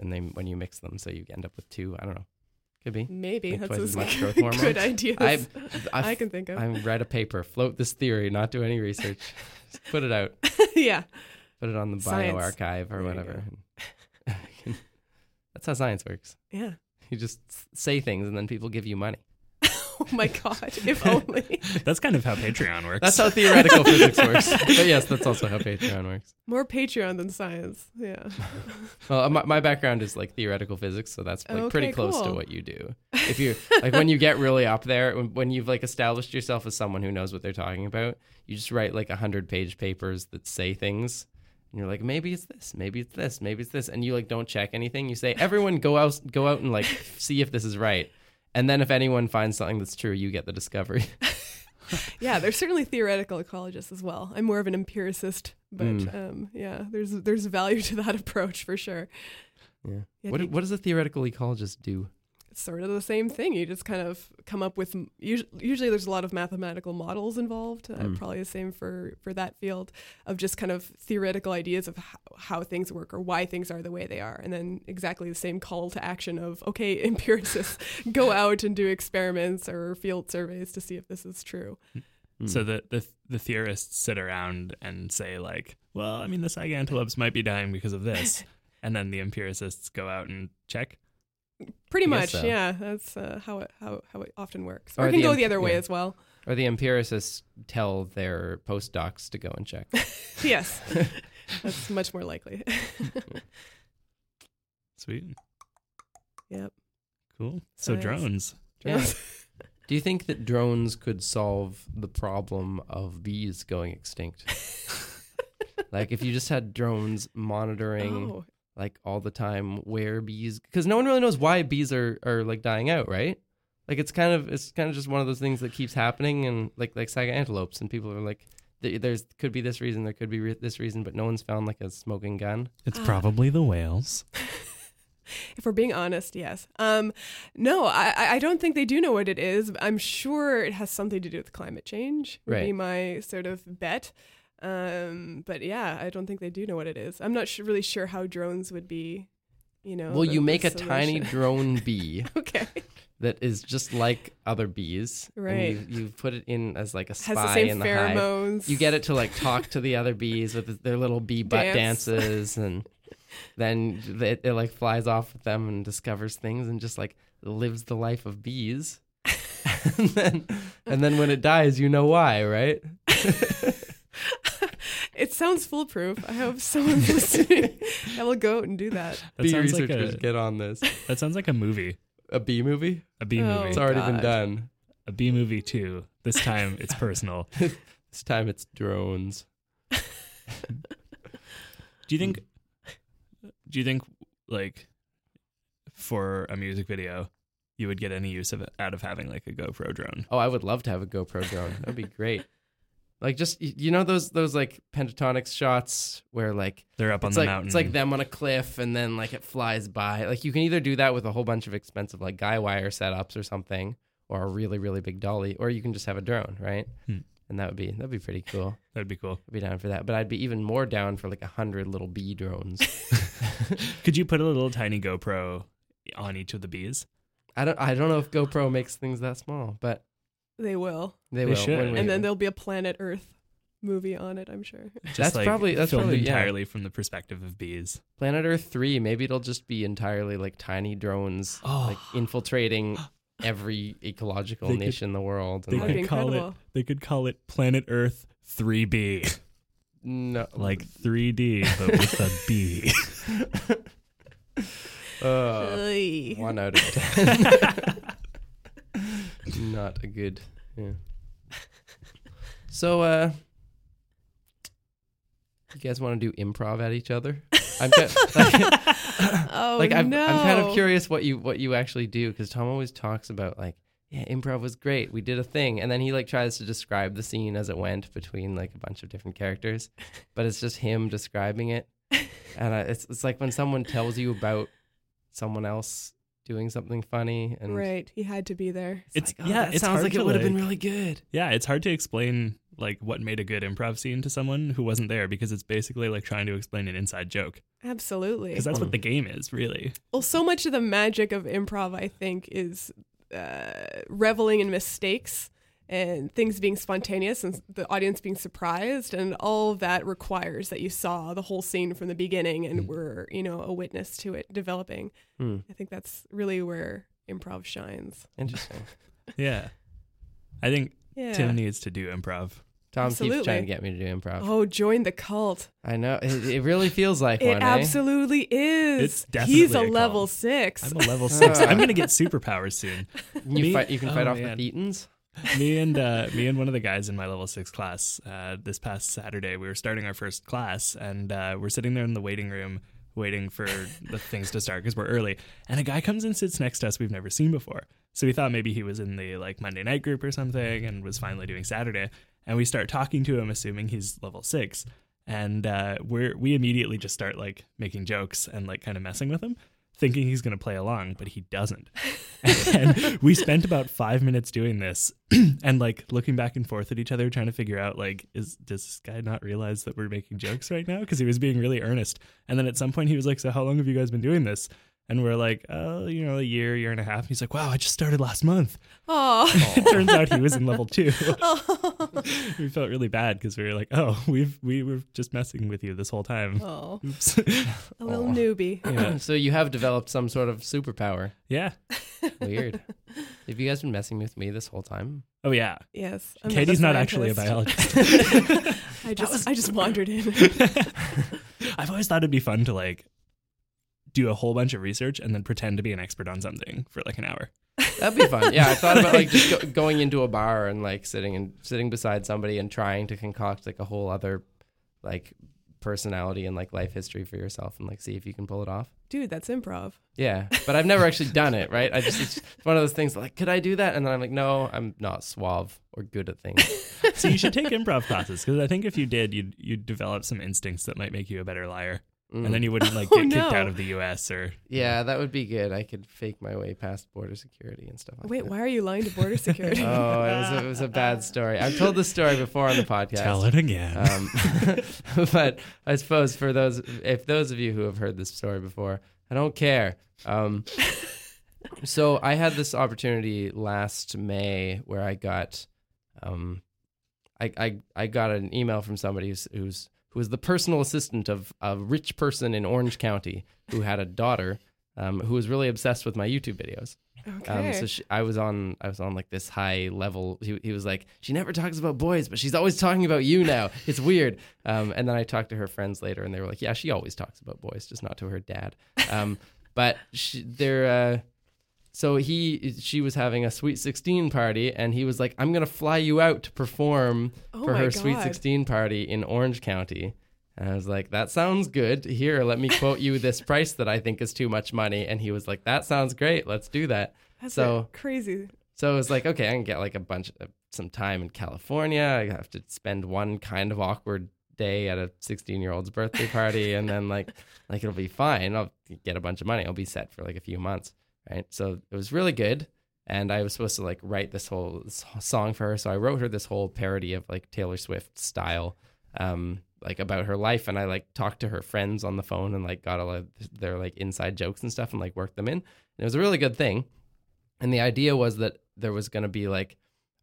[SPEAKER 2] and they when you mix them, so you end up with two. I don't know. Could be.
[SPEAKER 3] Maybe
[SPEAKER 2] Make
[SPEAKER 3] that's
[SPEAKER 2] twice
[SPEAKER 3] as
[SPEAKER 2] as much growth hormone.
[SPEAKER 3] good idea
[SPEAKER 2] I,
[SPEAKER 3] I
[SPEAKER 2] I,
[SPEAKER 3] can think of.
[SPEAKER 2] I read a paper. Float this theory. Not do any research. Just put it out.
[SPEAKER 3] yeah.
[SPEAKER 2] Put it on the
[SPEAKER 3] Science.
[SPEAKER 2] bioarchive
[SPEAKER 3] There
[SPEAKER 2] or
[SPEAKER 3] you
[SPEAKER 2] whatever. That's how science works.
[SPEAKER 3] Yeah.
[SPEAKER 2] You just s- say things, and then people give you money.
[SPEAKER 3] Oh my god. If only.
[SPEAKER 1] That's kind of how Patreon works.
[SPEAKER 2] That's how theoretical physics works. But yes, that's also how Patreon works.
[SPEAKER 3] More Patreon than science. Yeah.
[SPEAKER 2] Well, my, my background is like theoretical physics, so that's like pretty
[SPEAKER 3] Okay,
[SPEAKER 2] close to
[SPEAKER 3] cool.
[SPEAKER 2] what you do. If you like, when you get really up there, when, when you've like established yourself as someone who knows what they're talking about, you just write like a hundred page papers that say things. And you're like, maybe it's this, maybe it's this, maybe it's this, and you like don't check anything. You say, everyone go out, go out and like see if this is right, and then if anyone finds something that's true, you get the discovery.
[SPEAKER 3] Yeah, there's certainly theoretical ecologists as well. I'm more of an empiricist, but um, yeah, there's there's value to that approach for sure.
[SPEAKER 2] Yeah.
[SPEAKER 3] Yeah,
[SPEAKER 2] What
[SPEAKER 3] you-
[SPEAKER 2] what does a theoretical ecologist do?
[SPEAKER 3] It's sort of the same thing. You just kind of come up with usually, usually there's a lot of mathematical models involved. Uh, Probably the same for for that field of just kind of theoretical ideas of how, how things work or why things are the way they are, and then exactly the same call to action of okay, empiricists go out and do experiments or field surveys to see if this is true.
[SPEAKER 1] So the, the the theorists sit around and say like, well, I mean, the saga antelopes might be dying because of this, and then the empiricists go out and check.
[SPEAKER 3] Pretty
[SPEAKER 2] I
[SPEAKER 3] much,
[SPEAKER 2] guess so.
[SPEAKER 3] yeah. That's uh, how it how, how it often works.
[SPEAKER 2] Or
[SPEAKER 3] Or it can
[SPEAKER 2] the
[SPEAKER 3] go
[SPEAKER 2] imp-
[SPEAKER 3] the other way
[SPEAKER 2] yeah.
[SPEAKER 3] as well.
[SPEAKER 2] Or the empiricists tell their postdocs to go and check.
[SPEAKER 3] Yes, that's much more likely.
[SPEAKER 1] Sweet,
[SPEAKER 3] yep.
[SPEAKER 1] cool. So
[SPEAKER 3] Science.
[SPEAKER 1] drones.
[SPEAKER 3] Yes.
[SPEAKER 2] Do you think that drones could solve the problem of bees going extinct? like if you just had drones monitoring
[SPEAKER 3] Oh,
[SPEAKER 2] like all the time where bees because no one really knows why bees are, are like dying out, right? Like it's kind of it's kind of just one of those things that keeps happening and like like saga antelopes and people are like "Th- there's could be this reason there could be re- this reason but no one's found like a smoking gun.
[SPEAKER 1] It's probably the whales.
[SPEAKER 3] if we're being honest, yes. Um, no, I, I- I don't think they do know what it is. I'm sure it has something to do with climate change. Would be
[SPEAKER 2] Right.
[SPEAKER 3] my sort of bet. Um, but yeah, I don't think they do know what it is. I'm not su- really sure how drones would be. You know.
[SPEAKER 2] Well,
[SPEAKER 3] the-
[SPEAKER 2] you
[SPEAKER 3] the
[SPEAKER 2] make a tiny
[SPEAKER 3] solution.
[SPEAKER 2] drone bee
[SPEAKER 3] okay.
[SPEAKER 2] that is just like other bees. and
[SPEAKER 3] Right.
[SPEAKER 2] you, you put it in as like a spy
[SPEAKER 3] Has the same
[SPEAKER 2] in the hive.
[SPEAKER 3] pheromones.
[SPEAKER 2] You get it to like talk to the other bees with their little bee butt
[SPEAKER 3] Dance.
[SPEAKER 2] dances, and then it, it like flies off with them and discovers things and just like lives the life of bees. and then and then when it dies, you know why, right?
[SPEAKER 3] It sounds foolproof. I hope someone's listening. I will go out and do that.
[SPEAKER 1] That
[SPEAKER 2] Bee
[SPEAKER 1] sounds like
[SPEAKER 2] researchers
[SPEAKER 1] a-
[SPEAKER 2] get on this.
[SPEAKER 1] That sounds like a movie.
[SPEAKER 2] A bee movie?
[SPEAKER 1] A B
[SPEAKER 3] Oh.
[SPEAKER 1] movie.
[SPEAKER 2] It's already been
[SPEAKER 3] God.
[SPEAKER 2] done.
[SPEAKER 1] A B movie too. This time it's personal.
[SPEAKER 2] This time it's drones.
[SPEAKER 1] Do you think? Do you think like for a music video, you would get any use of it out of having like a GoPro drone?
[SPEAKER 2] Oh, I would love to have a GoPro drone. That'd be great. Like just y- you know those those like pentatonics shots where like
[SPEAKER 1] They're up on
[SPEAKER 2] it's
[SPEAKER 1] the
[SPEAKER 2] like
[SPEAKER 1] mountain.
[SPEAKER 2] it's like them on a cliff and then like it flies by. Like you can either do that with a whole bunch of expensive like guy wire setups or something, or a really really big dolly, or you can just have a drone, right?
[SPEAKER 1] Hmm.
[SPEAKER 2] And that would be that'd be pretty cool.
[SPEAKER 1] That'd be cool.
[SPEAKER 2] I'd be down for that. But I'd be even more down for like a hundred little bee drones.
[SPEAKER 1] Could you put a little tiny GoPro on each of the bees?
[SPEAKER 2] I don't I don't know if GoPro makes things that small, but
[SPEAKER 3] They will.
[SPEAKER 2] they,
[SPEAKER 1] They
[SPEAKER 2] will.
[SPEAKER 1] should.
[SPEAKER 2] when we-
[SPEAKER 3] And then there'll be a Planet Earth movie on it, I'm sure.
[SPEAKER 1] Just
[SPEAKER 2] That's
[SPEAKER 1] like
[SPEAKER 2] probably- that's
[SPEAKER 1] filmed
[SPEAKER 2] probably- yeah.
[SPEAKER 1] entirely from the perspective of bees.
[SPEAKER 2] Planet Earth 3, maybe it'll just be entirely like tiny drones
[SPEAKER 1] Oh,
[SPEAKER 2] like infiltrating every ecological
[SPEAKER 1] They could-
[SPEAKER 2] nation in the world.
[SPEAKER 1] they
[SPEAKER 2] And,
[SPEAKER 3] That'd
[SPEAKER 1] could
[SPEAKER 2] like,
[SPEAKER 3] be
[SPEAKER 1] call it.
[SPEAKER 3] incredible.
[SPEAKER 1] They could call it Planet Earth 3B,
[SPEAKER 2] no,
[SPEAKER 1] like 3D but with a B.
[SPEAKER 2] uh,
[SPEAKER 3] Oy.
[SPEAKER 2] one out of ten. Not a good. Yeah. So, uh, you guys want to do improv at each other? I'm ki- like,
[SPEAKER 3] oh,
[SPEAKER 2] like I'm,
[SPEAKER 3] no.
[SPEAKER 2] I'm kind of curious what you what you actually do because Tom always talks about like yeah improv was great we did a thing and then he like tries to describe the scene as it went between like a bunch of different characters but it's just him describing it and I, it's it's like when someone tells you about someone else doing something funny and
[SPEAKER 3] Right. He had to be there.
[SPEAKER 1] It's-
[SPEAKER 2] like, oh,
[SPEAKER 1] yeah,
[SPEAKER 2] that
[SPEAKER 1] it's
[SPEAKER 2] sounds
[SPEAKER 1] hard
[SPEAKER 2] like
[SPEAKER 1] to,
[SPEAKER 2] it would have been
[SPEAKER 1] like-
[SPEAKER 2] really good
[SPEAKER 1] Yeah, it's hard to explain like what made a good improv scene to someone who wasn't there because it's basically like trying to explain an inside joke
[SPEAKER 3] Absolutely.
[SPEAKER 1] because that's what the game is really.
[SPEAKER 3] Well, so much of the magic of improv, I think, is uh, reveling in mistakes and things being spontaneous and the audience being surprised. And all of that requires that you saw the whole scene from the beginning and were, you know, a witness to it developing.
[SPEAKER 2] Hmm.
[SPEAKER 3] I think that's really where improv shines.
[SPEAKER 2] interesting
[SPEAKER 1] Yeah, I think
[SPEAKER 3] Yeah.
[SPEAKER 1] Tim needs to do improv.
[SPEAKER 2] Tom keeps trying
[SPEAKER 3] Absolutely.
[SPEAKER 2] to get me to do improv
[SPEAKER 3] Oh, join the cult.
[SPEAKER 2] I know it, it really feels like
[SPEAKER 3] It
[SPEAKER 2] one eh?
[SPEAKER 3] absolutely is.
[SPEAKER 1] It's
[SPEAKER 3] He's
[SPEAKER 1] definitely a
[SPEAKER 3] a level
[SPEAKER 1] cult.
[SPEAKER 3] six.
[SPEAKER 1] I'm a level six. I'm gonna get superpowers soon.
[SPEAKER 2] you,
[SPEAKER 1] Me-
[SPEAKER 2] fight, you can
[SPEAKER 1] oh,
[SPEAKER 2] fight off
[SPEAKER 1] man.
[SPEAKER 2] the thetans
[SPEAKER 1] me and uh, me and one of the guys in my level six class uh, this past Saturday, we were starting our first class, and uh, we're sitting there in the waiting room waiting for the things to start because we're early. And a guy comes and sits next to us we've never seen before. So we thought maybe he was in the like Monday night group or something, and was finally doing Saturday. And we start talking to him, assuming he's level six, and uh, we're we immediately just start like making jokes and like kind of messing with him. Thinking he's going to play along, but he doesn't. and we spent about five minutes doing this and like looking back and forth at each other trying to figure out like is does this guy not realize that we're making jokes right now because he was being really earnest and then at some point he was like so how long have you guys been doing this and we're like oh you know a year year and a half he's like wow i just started last month
[SPEAKER 3] Oh,
[SPEAKER 1] it turns out he was in level two we felt really bad because we were like oh we've we were just messing with you this whole time
[SPEAKER 3] oh,
[SPEAKER 1] Oops.
[SPEAKER 3] a little newbie.
[SPEAKER 1] yeah.
[SPEAKER 2] so you have developed some sort of superpower
[SPEAKER 1] yeah
[SPEAKER 2] Weird. Have you guys been messing with me this whole time?
[SPEAKER 1] oh yeah
[SPEAKER 3] Yes, I'm
[SPEAKER 1] katie's
[SPEAKER 3] a
[SPEAKER 1] not actually a
[SPEAKER 3] scientist.
[SPEAKER 1] biologist
[SPEAKER 3] I just, I just wandered in.
[SPEAKER 1] I've always thought it'd be fun to like do a whole bunch of research and then pretend to be an expert on something for like an hour.
[SPEAKER 2] That'd be fun. Yeah, I thought about like just go- going into a bar and like sitting and sitting beside somebody and trying to concoct like a whole other like personality and like life history for yourself and like see if you can pull it off.
[SPEAKER 3] Dude, that's improv.
[SPEAKER 2] Yeah, but I've never actually done it. Right? I just it's one of those things. Like, could I do that? And then I'm like, no, I'm not suave or good at things.
[SPEAKER 1] So you should take improv classes because I think if you did, you'd you'd develop some instincts that might make you a better liar, and then you wouldn't like
[SPEAKER 3] Oh,
[SPEAKER 1] get kicked
[SPEAKER 3] no.
[SPEAKER 1] out of the U.S. or
[SPEAKER 2] Mm. Yeah, that would be good. I could fake my way past border security and stuff. Like
[SPEAKER 3] Wait,
[SPEAKER 2] that.
[SPEAKER 3] why are you lying to border security?
[SPEAKER 2] Oh, it was, a, it was a bad story. I've told this story before on the podcast.
[SPEAKER 1] tell it again.
[SPEAKER 2] Um, but I suppose for those, if those of you who have heard this story before, I don't care. Um, so I had this opportunity last May where I got, um, I, I I got an email from somebody who's, who's who was the personal assistant of a rich person in Orange County who had a daughter um, who was really obsessed with my YouTube videos.
[SPEAKER 3] Okay.
[SPEAKER 2] Um, so she, I was on, I was on like this high level. He, he was like, she never talks about boys, but she's always talking about you now. It's weird. Um, and then I talked to her friends later, and they were like, yeah, she always talks about boys, just not to her dad. Um, but she, they're, uh, so he, she was having a Sweet Sixteen party, and he was like, I'm gonna fly you out to perform
[SPEAKER 3] Oh
[SPEAKER 2] for
[SPEAKER 3] my
[SPEAKER 2] her Sweet
[SPEAKER 3] God.
[SPEAKER 2] Sixteen party in Orange County. And I was like, that sounds good. Here, let me quote you this price that I think is too much money. And he was like, that sounds great. Let's do that.
[SPEAKER 3] That's
[SPEAKER 2] so-
[SPEAKER 3] a- crazy.
[SPEAKER 2] So it was like, okay, I can get like a bunch of some time in California. I have to spend one kind of awkward day at a 16 year old's birthday party. and then like, like it'll be fine. I'll get a bunch of money. I'll be set for like a few months. Right. So it was really good. And I was supposed to like write this whole s- song for her. So I wrote her this whole parody of like Taylor Swift style, um, like about her life. And I like talked to her friends on the phone and like got all of their like inside jokes and stuff and like worked them in. And it was a really good thing and the idea was that there was going to be like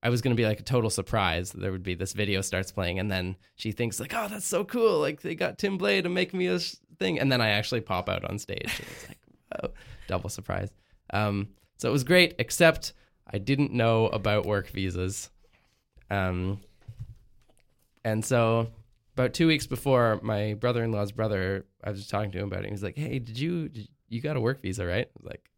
[SPEAKER 2] i was going to be like a total surprise there would be this video starts playing and then she thinks like oh that's so cool like they got tim blay to make me this thing and then i actually pop out on stage and it's like whoa double surprise um, so it was great except i didn't know about work visas um, and so about two weeks before my brother-in-law's brother i was talking to him about it and he's like hey did you did, you got a work visa right i was like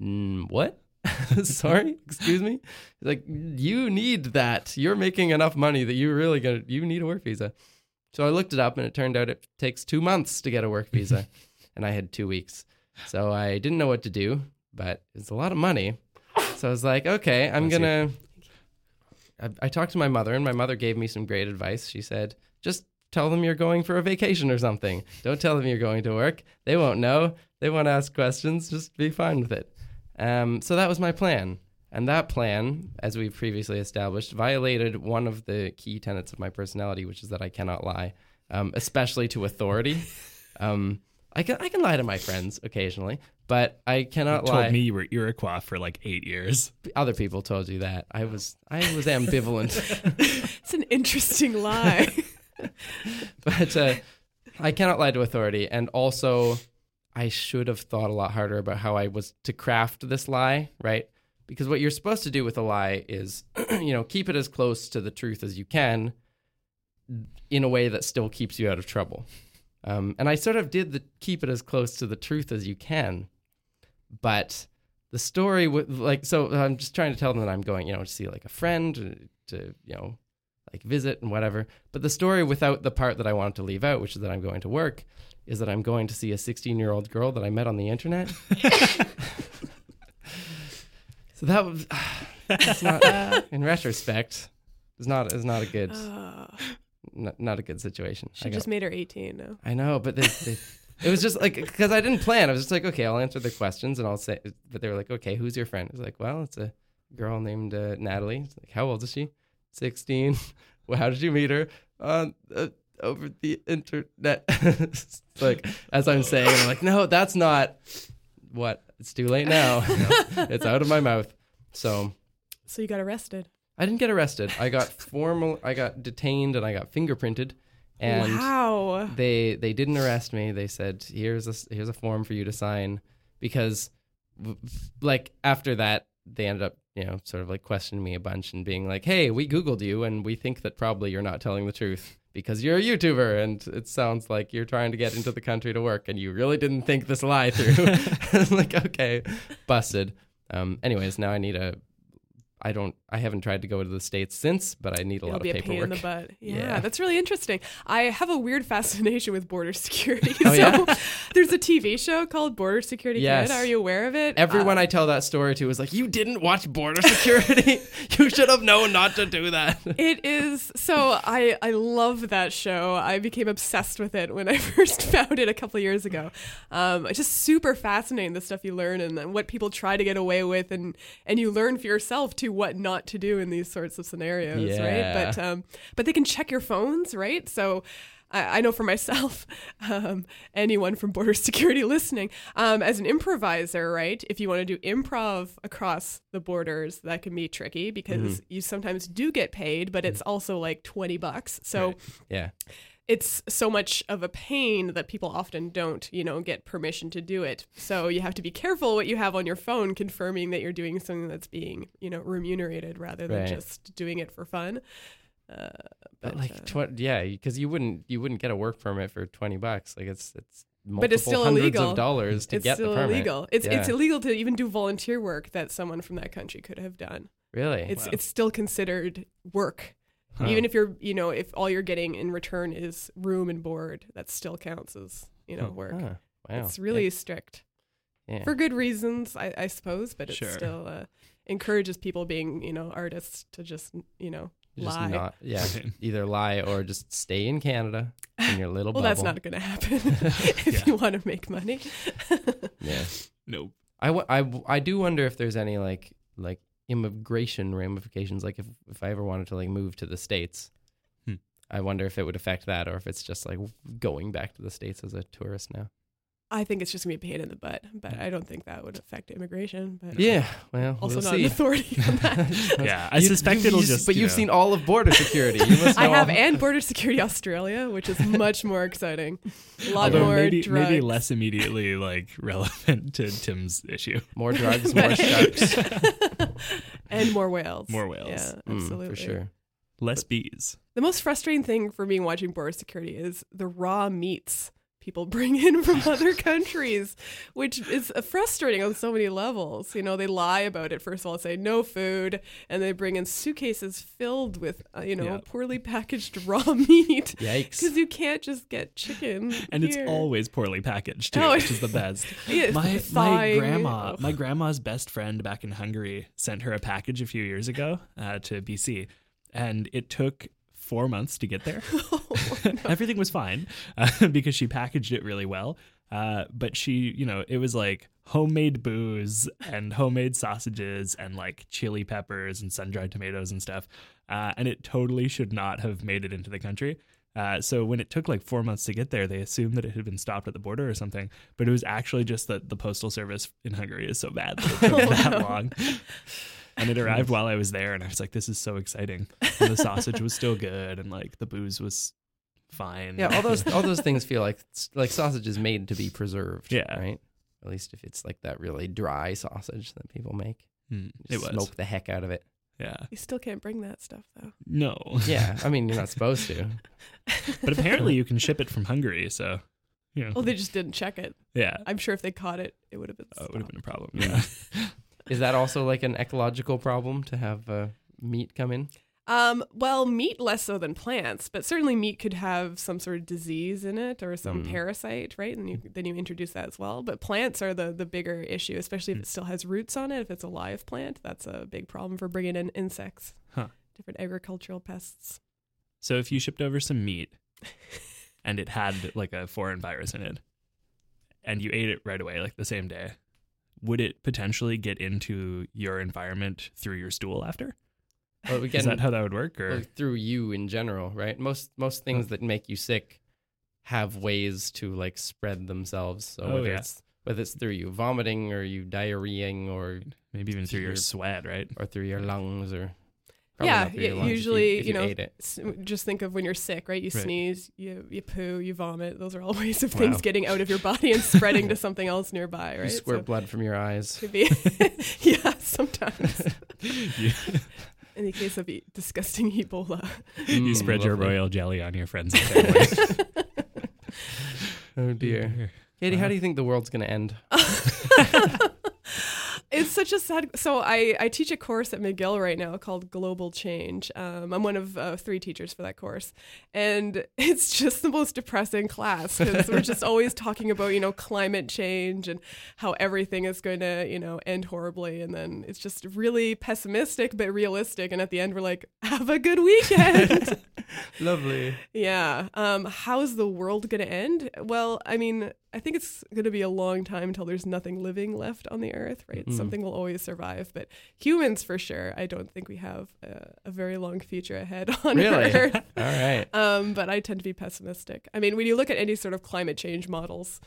[SPEAKER 2] mm, what? Sorry, excuse me. He's like, you need that. You're making enough money that you really gonna you need a work visa. So I looked it up, and it turned out it takes two months to get a work visa, and I had two weeks. So I didn't know what to do, but it's a lot of money. So I was like, okay, I'm gonna. I, I talked to my mother, and my mother gave me some great advice. She said, just tell them you're going for a vacation or something. Don't tell them you're going to work. They won't know. They won't ask questions. Just be fine with it. Um, so that was my plan. And that plan, as we've previously established, violated one of the key tenets of my personality, which is that I cannot lie, um, especially to authority. Um, I, can, I can lie to my friends occasionally, but I cannot lie.
[SPEAKER 1] Told me you were Iroquois for like eight years.
[SPEAKER 2] Other people told you that. I was I was ambivalent.
[SPEAKER 3] It's an interesting lie.
[SPEAKER 2] but uh, I cannot lie to authority. And also, I should have thought a lot harder about how I was to craft this lie, right? Because what you're supposed to do with a lie is, you know, keep it as close to the truth as you can in a way that still keeps you out of trouble. Um, and I sort of did the keep it as close to the truth as you can, but the story with like so I'm just trying to tell them that I'm going, you know, to see like a friend to, to you know like visit and whatever. But the story without the part that I wanted to leave out, which is that I'm going to work, is that I'm going to see a 16 year old girl that I met on the internet. so that was it's not, in retrospect is not is not a good
[SPEAKER 3] Uh,
[SPEAKER 2] not, not a good situation. I
[SPEAKER 3] she
[SPEAKER 2] got-
[SPEAKER 3] just made her 18 now.
[SPEAKER 2] I know, but they, they, it was just like because I didn't plan. I was just like, okay, I'll answer the questions and I'll say. But they were like, okay, who's your friend? I was like, well, it's a girl named uh, Natalie. It's like, how old is she? Sixteen. Well, how did you meet her? Uh, uh, over the internet. It's like as I'm saying, I'm like, no, that's not what. It's too late now. it's out of my mouth. So
[SPEAKER 3] So you got arrested.
[SPEAKER 2] I didn't get arrested. I got formal. I got detained and I got fingerprinted. And
[SPEAKER 3] wow.
[SPEAKER 2] they they didn't arrest me. They said, "Here's a here's a form for you to sign," because w- like after that, they ended up you know sort of like questioning me a bunch and being like, "Hey, we googled you and we think that probably you're not telling the truth because you're a YouTuber and it sounds like you're trying to get into the country to work and you really didn't think this lie through." I'm like, "Okay, busted." Um, anyways, now I need a. I don't. I haven't tried to go to the states since, but I need a
[SPEAKER 3] It'll
[SPEAKER 2] lot
[SPEAKER 3] be
[SPEAKER 2] of
[SPEAKER 3] a pain in
[SPEAKER 2] paperwork.
[SPEAKER 3] the butt. Yeah,
[SPEAKER 2] Yeah.
[SPEAKER 3] that's really interesting. I have a weird fascination with border security.
[SPEAKER 2] Oh,
[SPEAKER 3] so
[SPEAKER 2] yeah?
[SPEAKER 3] there's a TV show called Border Security
[SPEAKER 2] Yes.
[SPEAKER 3] Canada. Are you aware of it?
[SPEAKER 2] Everyone I tell that story to is like, "You didn't watch Border Security. you should have known not to do that."
[SPEAKER 3] It is so I I love that show. I became obsessed with it when I first found it a couple of years ago. Um, it's just super fascinating the stuff you learn and, and what people try to get away with, and and you learn for yourself too what not to do in these sorts of scenarios,
[SPEAKER 2] Yeah.
[SPEAKER 3] right? But um, but they can check your phones, right? So. I I know for myself, um, anyone from border security listening, um, as an improviser, right? If you want to do improv across the borders, that can be tricky because you sometimes do get paid, but it's also like 20 bucks. So
[SPEAKER 2] Yeah,
[SPEAKER 3] it's so much of a pain that people often don't, you know, get permission to do it. So you have to be careful what you have on your phone, confirming that you're doing something that's being, you know, remunerated rather than
[SPEAKER 2] Right.
[SPEAKER 3] just doing it for fun. Uh,
[SPEAKER 2] But like, tw- yeah, because you wouldn't you wouldn't get a work permit for twenty bucks. Like it's it's multiple
[SPEAKER 3] But it's still
[SPEAKER 2] hundreds
[SPEAKER 3] illegal.
[SPEAKER 2] of dollars to
[SPEAKER 3] it's
[SPEAKER 2] get
[SPEAKER 3] still
[SPEAKER 2] the permit.
[SPEAKER 3] illegal. It's it's
[SPEAKER 2] Yeah.
[SPEAKER 3] illegal to even do volunteer work that someone from that country could have done.
[SPEAKER 2] Really?
[SPEAKER 3] It's
[SPEAKER 1] Wow.
[SPEAKER 3] it's still considered work.
[SPEAKER 2] Huh.
[SPEAKER 3] Even if you're, you know, if all you're getting in return is room and board, that still counts as, you know, work.
[SPEAKER 2] Huh. Oh, Wow.
[SPEAKER 3] It's really strict
[SPEAKER 2] yeah.
[SPEAKER 3] for good reasons, I, I suppose, but it
[SPEAKER 1] Sure.
[SPEAKER 3] still uh, encourages people being, you know, artists to just, you know,
[SPEAKER 2] just
[SPEAKER 3] lie.
[SPEAKER 2] not yeah
[SPEAKER 1] Right.
[SPEAKER 2] either lie or just stay in Canada in your little
[SPEAKER 3] well, that's
[SPEAKER 2] bubble.
[SPEAKER 3] not going to happen if you want to make money.
[SPEAKER 2] yeah.
[SPEAKER 1] Nope.
[SPEAKER 2] I, w- I, w- I do wonder if there's any like like immigration ramifications. Like if if I ever wanted to like move to the states,
[SPEAKER 1] Hmm.
[SPEAKER 2] I wonder if it would affect that or if it's just like going back to the states as a tourist now.
[SPEAKER 3] I think it's just going to be a pain in the butt, but I don't think that would affect immigration. But
[SPEAKER 2] Yeah. Well,
[SPEAKER 3] also
[SPEAKER 2] we'll
[SPEAKER 3] not
[SPEAKER 2] see.
[SPEAKER 3] an authority on that.
[SPEAKER 1] Yeah, I
[SPEAKER 2] You-
[SPEAKER 1] suspect
[SPEAKER 2] you-
[SPEAKER 1] it'll
[SPEAKER 2] you-
[SPEAKER 1] just.
[SPEAKER 2] But
[SPEAKER 1] you
[SPEAKER 2] you've
[SPEAKER 1] know-
[SPEAKER 2] seen all of border security. You must
[SPEAKER 3] I
[SPEAKER 2] know
[SPEAKER 3] have,
[SPEAKER 2] all-
[SPEAKER 3] and Border Security Australia, which is much more exciting. A lot
[SPEAKER 1] although
[SPEAKER 3] more
[SPEAKER 1] maybe
[SPEAKER 3] drugs.
[SPEAKER 1] maybe less immediately like relevant to Tim's issue.
[SPEAKER 2] more drugs, more Hmm,
[SPEAKER 3] Right.
[SPEAKER 2] sharks.
[SPEAKER 3] and more whales.
[SPEAKER 1] More whales.
[SPEAKER 3] Yeah,
[SPEAKER 2] Mm,
[SPEAKER 3] absolutely.
[SPEAKER 2] for sure.
[SPEAKER 1] Less bees.
[SPEAKER 3] The most frustrating thing for me watching Border Security is the raw meats people bring in from other countries, which is frustrating on so many levels. You know, they lie about it. First of all, say no food, and they bring in suitcases filled with, uh, you know,
[SPEAKER 1] Yeah.
[SPEAKER 3] poorly packaged raw meat
[SPEAKER 2] Yikes.
[SPEAKER 3] because you can't just get chicken.
[SPEAKER 1] And
[SPEAKER 3] here.
[SPEAKER 1] it's always poorly packaged too,
[SPEAKER 3] Oh.
[SPEAKER 1] which is the best.
[SPEAKER 3] Yeah,
[SPEAKER 1] my my
[SPEAKER 3] thawing.
[SPEAKER 1] grandma,
[SPEAKER 3] Oh.
[SPEAKER 1] my grandma's best friend back in Hungary sent her a package a few years ago uh, to BC, and it took four months to get there. Everything was fine uh, because she packaged it really well. Uh, but she, you know, it was like homemade booze and homemade sausages and like chili peppers and sun dried tomatoes and stuff. Uh, and it totally should not have made it into the country. Uh, so when it took like four months to get there, they assumed that it had been stopped at the border or something. But it was actually just that the postal service in Hungary is so bad that it took that long. And it arrived while I was there, and I was like, "This is so exciting." And the sausage was still good, and like the booze was fine.
[SPEAKER 2] Yeah, all those all those things feel like like sausage is made to be preserved.
[SPEAKER 1] Yeah.
[SPEAKER 2] Right. At least if it's like that really dry sausage that people make,
[SPEAKER 1] Mm, it
[SPEAKER 2] Just
[SPEAKER 1] was.
[SPEAKER 2] smoke the heck out of it.
[SPEAKER 1] Yeah.
[SPEAKER 3] You still can't bring that stuff though.
[SPEAKER 1] No.
[SPEAKER 2] Yeah, I mean you're not supposed to.
[SPEAKER 1] But apparently, you can ship it from Hungary, so you know.
[SPEAKER 2] Oh,
[SPEAKER 3] Well, they just didn't check it.
[SPEAKER 1] yeah.
[SPEAKER 3] I'm sure if they caught it, it would have been.
[SPEAKER 1] Oh, it would have been a problem.
[SPEAKER 2] Yeah.
[SPEAKER 1] Yeah.
[SPEAKER 2] Is that also like an ecological problem to have uh, meat come in?
[SPEAKER 3] Um, well, meat less so than plants, but certainly meat could have some sort of disease in it or some
[SPEAKER 2] Mm.
[SPEAKER 3] parasite, right? And you, then you introduce that as well. But plants are the the bigger issue, especially if
[SPEAKER 1] Mm.
[SPEAKER 3] it still has roots on it. If it's a live plant, that's a big problem for bringing in insects,
[SPEAKER 1] Huh.
[SPEAKER 3] different agricultural pests.
[SPEAKER 1] So if you shipped over some meat, and it had like a foreign virus in it, and you ate it right away, like the same day, would it potentially get into your environment through your stool after?
[SPEAKER 2] Well, we
[SPEAKER 1] Is
[SPEAKER 2] get
[SPEAKER 1] that how that would work? Or
[SPEAKER 2] well, through you in general, right? Most most things that make you sick have ways to like spread themselves. So
[SPEAKER 1] Oh,
[SPEAKER 2] whether
[SPEAKER 1] yeah.
[SPEAKER 2] it's whether it's through you vomiting or you diarrheaing or
[SPEAKER 1] maybe even through your
[SPEAKER 2] Your-
[SPEAKER 1] sweat, right?
[SPEAKER 2] or through your lungs or probably
[SPEAKER 3] Yeah,
[SPEAKER 2] not through
[SPEAKER 3] yeah,
[SPEAKER 2] your lungs if
[SPEAKER 3] usually,
[SPEAKER 2] if
[SPEAKER 3] you know,
[SPEAKER 2] ate it.
[SPEAKER 3] S- Just think of when you're sick, right? You
[SPEAKER 1] Right.
[SPEAKER 3] sneeze, you you poo, you vomit. Those are all ways of
[SPEAKER 1] Wow.
[SPEAKER 3] things getting out of your body and spreading to something else nearby, right?
[SPEAKER 2] You
[SPEAKER 3] So
[SPEAKER 2] squirt blood from your eyes.
[SPEAKER 3] could be, yeah, sometimes.
[SPEAKER 1] You,
[SPEAKER 3] In the case of e- disgusting Ebola.
[SPEAKER 1] you
[SPEAKER 2] Mm,
[SPEAKER 1] spread your
[SPEAKER 2] lovely.
[SPEAKER 1] royal jelly on your friends and family.
[SPEAKER 2] Oh dear. Katie,
[SPEAKER 1] Uh-huh.
[SPEAKER 2] how do you think the world's gonna end?
[SPEAKER 3] it's such a sad. So I, I teach a course at McGill right now called Global Change. Um, I'm one of uh, three teachers for that course, and it's just the most depressing class because we're just always talking about you know climate change and how everything is going to you know end horribly, and then it's just really pessimistic but realistic. And at the end, we're like, "Have a good weekend."
[SPEAKER 2] Lovely.
[SPEAKER 3] Yeah. Um, how is the world going to end? Well, I mean, I think it's going to be a long time until there's nothing living left on the earth, right?
[SPEAKER 2] Mm.
[SPEAKER 3] Something will always survive, but humans for sure, I don't think we have a, a very long future ahead on
[SPEAKER 2] Really?
[SPEAKER 3] earth.
[SPEAKER 2] All right.
[SPEAKER 3] Um, but I tend to be pessimistic. I mean, when you look at any sort of climate change models,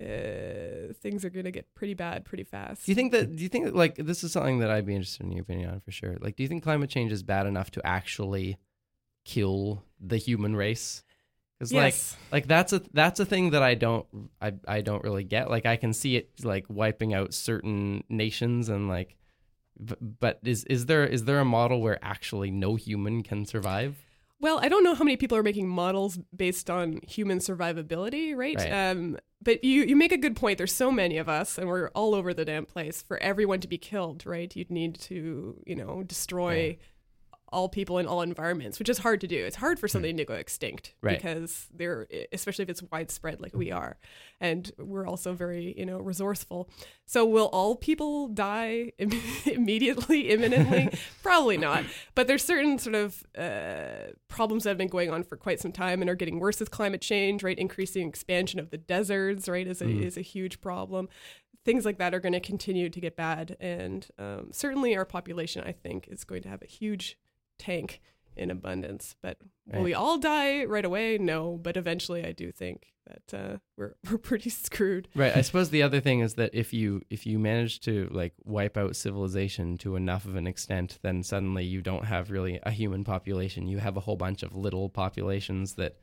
[SPEAKER 3] uh, things are going to get pretty bad pretty fast.
[SPEAKER 2] Do you think that? Do you think that, like this is something that I'd be interested in your opinion on for sure? Like, do you think climate change is bad enough to actually kill the human race? Cause
[SPEAKER 3] Yes.
[SPEAKER 2] like, like that's a that's a thing that I don't I I don't really get. Like I can see it like wiping out certain nations and like, b- but is is there is there a model where actually no human can survive?
[SPEAKER 3] Well, I don't know how many people are making models based on human survivability, right?
[SPEAKER 2] Right.
[SPEAKER 3] Um, but you, you make a good point. There's so many of us, and we're all over the damn place. For everyone to be killed, right? You'd need to, you know, destroy all people in all environments, which is hard to do. It's hard for something to go extinct
[SPEAKER 2] Right.
[SPEAKER 3] because they're, e, especially if it's widespread like we are, and we're also very, you know, resourceful. So will all people die im- immediately, imminently? Probably not. But there's certain sort of uh, problems that have been going on for quite some time and are getting worse with climate change. Right, increasing expansion of the deserts. Right, is a is a huge problem. Things like that are going to continue to get bad, and um, certainly our population, I think, is going to have a huge tank in abundance. But will
[SPEAKER 2] Right.
[SPEAKER 3] we all die right away? No, but eventually, I do think that uh, we're we're pretty screwed.
[SPEAKER 2] Right. I suppose the other thing is that if you if you manage to like wipe out civilization to enough of an extent, then suddenly you don't have really a human population. You have a whole bunch of little populations that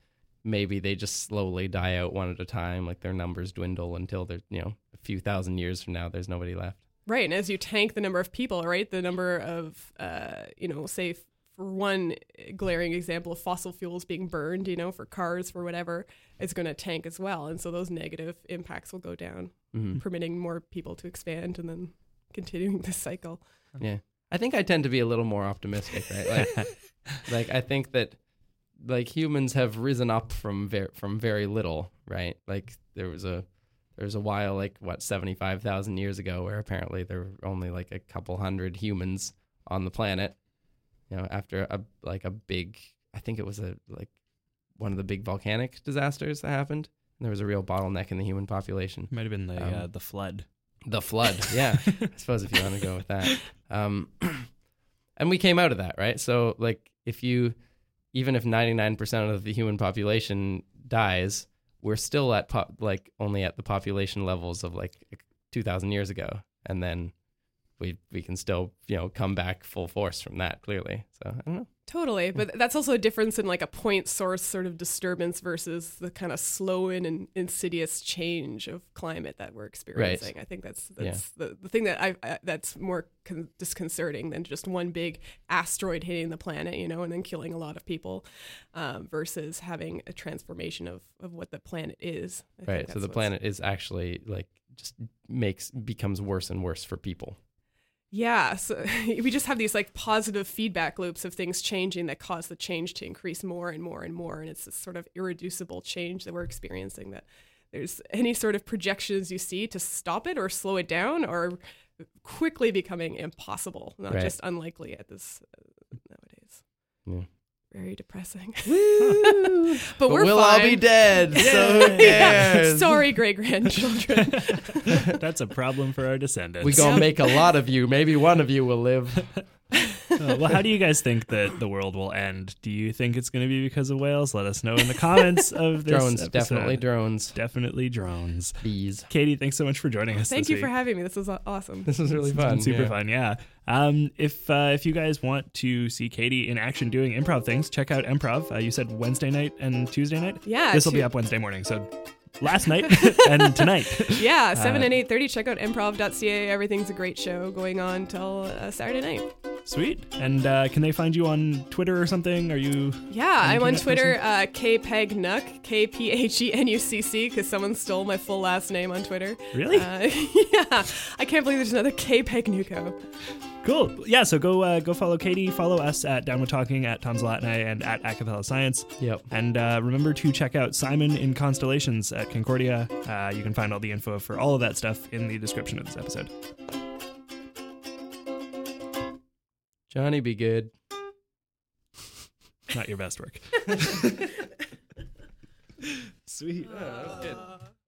[SPEAKER 2] maybe they just slowly die out one at a time, like their numbers dwindle until they're you know a few thousand years from now, there's nobody left.
[SPEAKER 3] Right, and as you tank the number of people, right, the number of, uh, you know, say f- for one glaring example of fossil fuels being burned, you know, for cars for whatever, is going to tank as well, and so those negative impacts will go down,
[SPEAKER 2] Mhm.
[SPEAKER 3] permitting more people to expand and then continuing this cycle.
[SPEAKER 2] Yeah. I think I tend to be a little more optimistic, right? Like, like I think that like humans have risen up from ver- from very little, right? Like there was a there was a while like what 75,000 years ago where apparently there were only like a couple hundred humans on the planet. You know, after a like a big I think it was a like one of the big volcanic disasters that happened. There was a real bottleneck in the human population.
[SPEAKER 1] Might have been the
[SPEAKER 2] Um,
[SPEAKER 1] uh, the flood.
[SPEAKER 2] The flood. Yeah. I suppose if you want to go with that. Um, and we came out of that, right? So, like, if you, even if 99% of the human population dies, we're still at, pop, like, only at the population levels of, like, 2,000 years ago. And then we, we can still, you know, come back full force from that, clearly. So, I don't know.
[SPEAKER 3] Totally, but that's also a difference in like a point source sort of disturbance versus the kind of slow in and insidious change of climate that we're experiencing. I think that's that's the, the thing that I, I that's more con- disconcerting than just one big asteroid hitting the planet, you know, and then killing a lot of people, um, versus having a transformation of of what the planet is. I think
[SPEAKER 2] Right. So,
[SPEAKER 3] that's
[SPEAKER 2] the
[SPEAKER 3] what's-
[SPEAKER 2] planet is actually, like, just makes, becomes worse and worse for people.
[SPEAKER 3] Yeah, so we just have these like positive feedback loops of things changing that cause the change to increase more and more and more, and it's this sort of irreducible change that we're experiencing. That there's any sort of projections you see to stop it or slow it down or quickly becoming impossible, not
[SPEAKER 2] Right.
[SPEAKER 3] just unlikely at this uh, nowadays.
[SPEAKER 2] Yeah.
[SPEAKER 3] Very depressing.
[SPEAKER 2] but,
[SPEAKER 3] but we're
[SPEAKER 2] we'll
[SPEAKER 3] fine.
[SPEAKER 2] all be dead. So who
[SPEAKER 3] yeah.
[SPEAKER 2] cares?
[SPEAKER 3] Sorry, great grandchildren.
[SPEAKER 1] That's a problem for our descendants.
[SPEAKER 2] We gonna make a lot of you. Maybe one of you will live.
[SPEAKER 1] Uh, well, how do you guys think that the world will end? Do you think it's going to be because of whales? Let us know in the comments of this
[SPEAKER 2] drones,
[SPEAKER 1] episode.
[SPEAKER 2] definitely drones.
[SPEAKER 1] definitely drones.
[SPEAKER 2] Bees.
[SPEAKER 1] Katie, thanks so much for joining us.
[SPEAKER 3] Thank
[SPEAKER 1] this
[SPEAKER 3] you
[SPEAKER 1] week.
[SPEAKER 3] for having me. This was aw- awesome.
[SPEAKER 2] This is really
[SPEAKER 1] It's been
[SPEAKER 2] fun.
[SPEAKER 1] super
[SPEAKER 2] yeah.
[SPEAKER 1] fun, yeah. Um, if uh, if you guys want to see Katie in action doing improv things, check out improv. Uh, you said Wednesday night and Tuesday night.
[SPEAKER 3] Yeah,
[SPEAKER 1] this will
[SPEAKER 3] Tu-
[SPEAKER 1] be up Wednesday morning. So last night and tonight.
[SPEAKER 3] yeah, 7 and 8.30. Check out improv.ca. Everything's a great show going on till uh, Saturday night.
[SPEAKER 1] Sweet. And uh, can they find you on Twitter or something? Are you?
[SPEAKER 3] Yeah, I'm on
[SPEAKER 1] Internet
[SPEAKER 3] Twitter, uh, E kpegnuck, K-P-H-E-N-U-C-C, because someone stole my full last name on Twitter.
[SPEAKER 1] Really?
[SPEAKER 3] Uh, yeah, I can't believe there's another E kpegnuco.
[SPEAKER 1] Cool. Yeah. So go uh, go follow Katie. Follow us at Down with Talking at Tom Zlatni and at Acapella Science.
[SPEAKER 2] Yep.
[SPEAKER 1] And uh, remember to check out Simon in Constellations at Concordia. Uh, you can find all the info for all of that stuff in the description of this episode.
[SPEAKER 2] Johnny, be good.
[SPEAKER 1] Not your best work. Sweet.
[SPEAKER 2] that was good.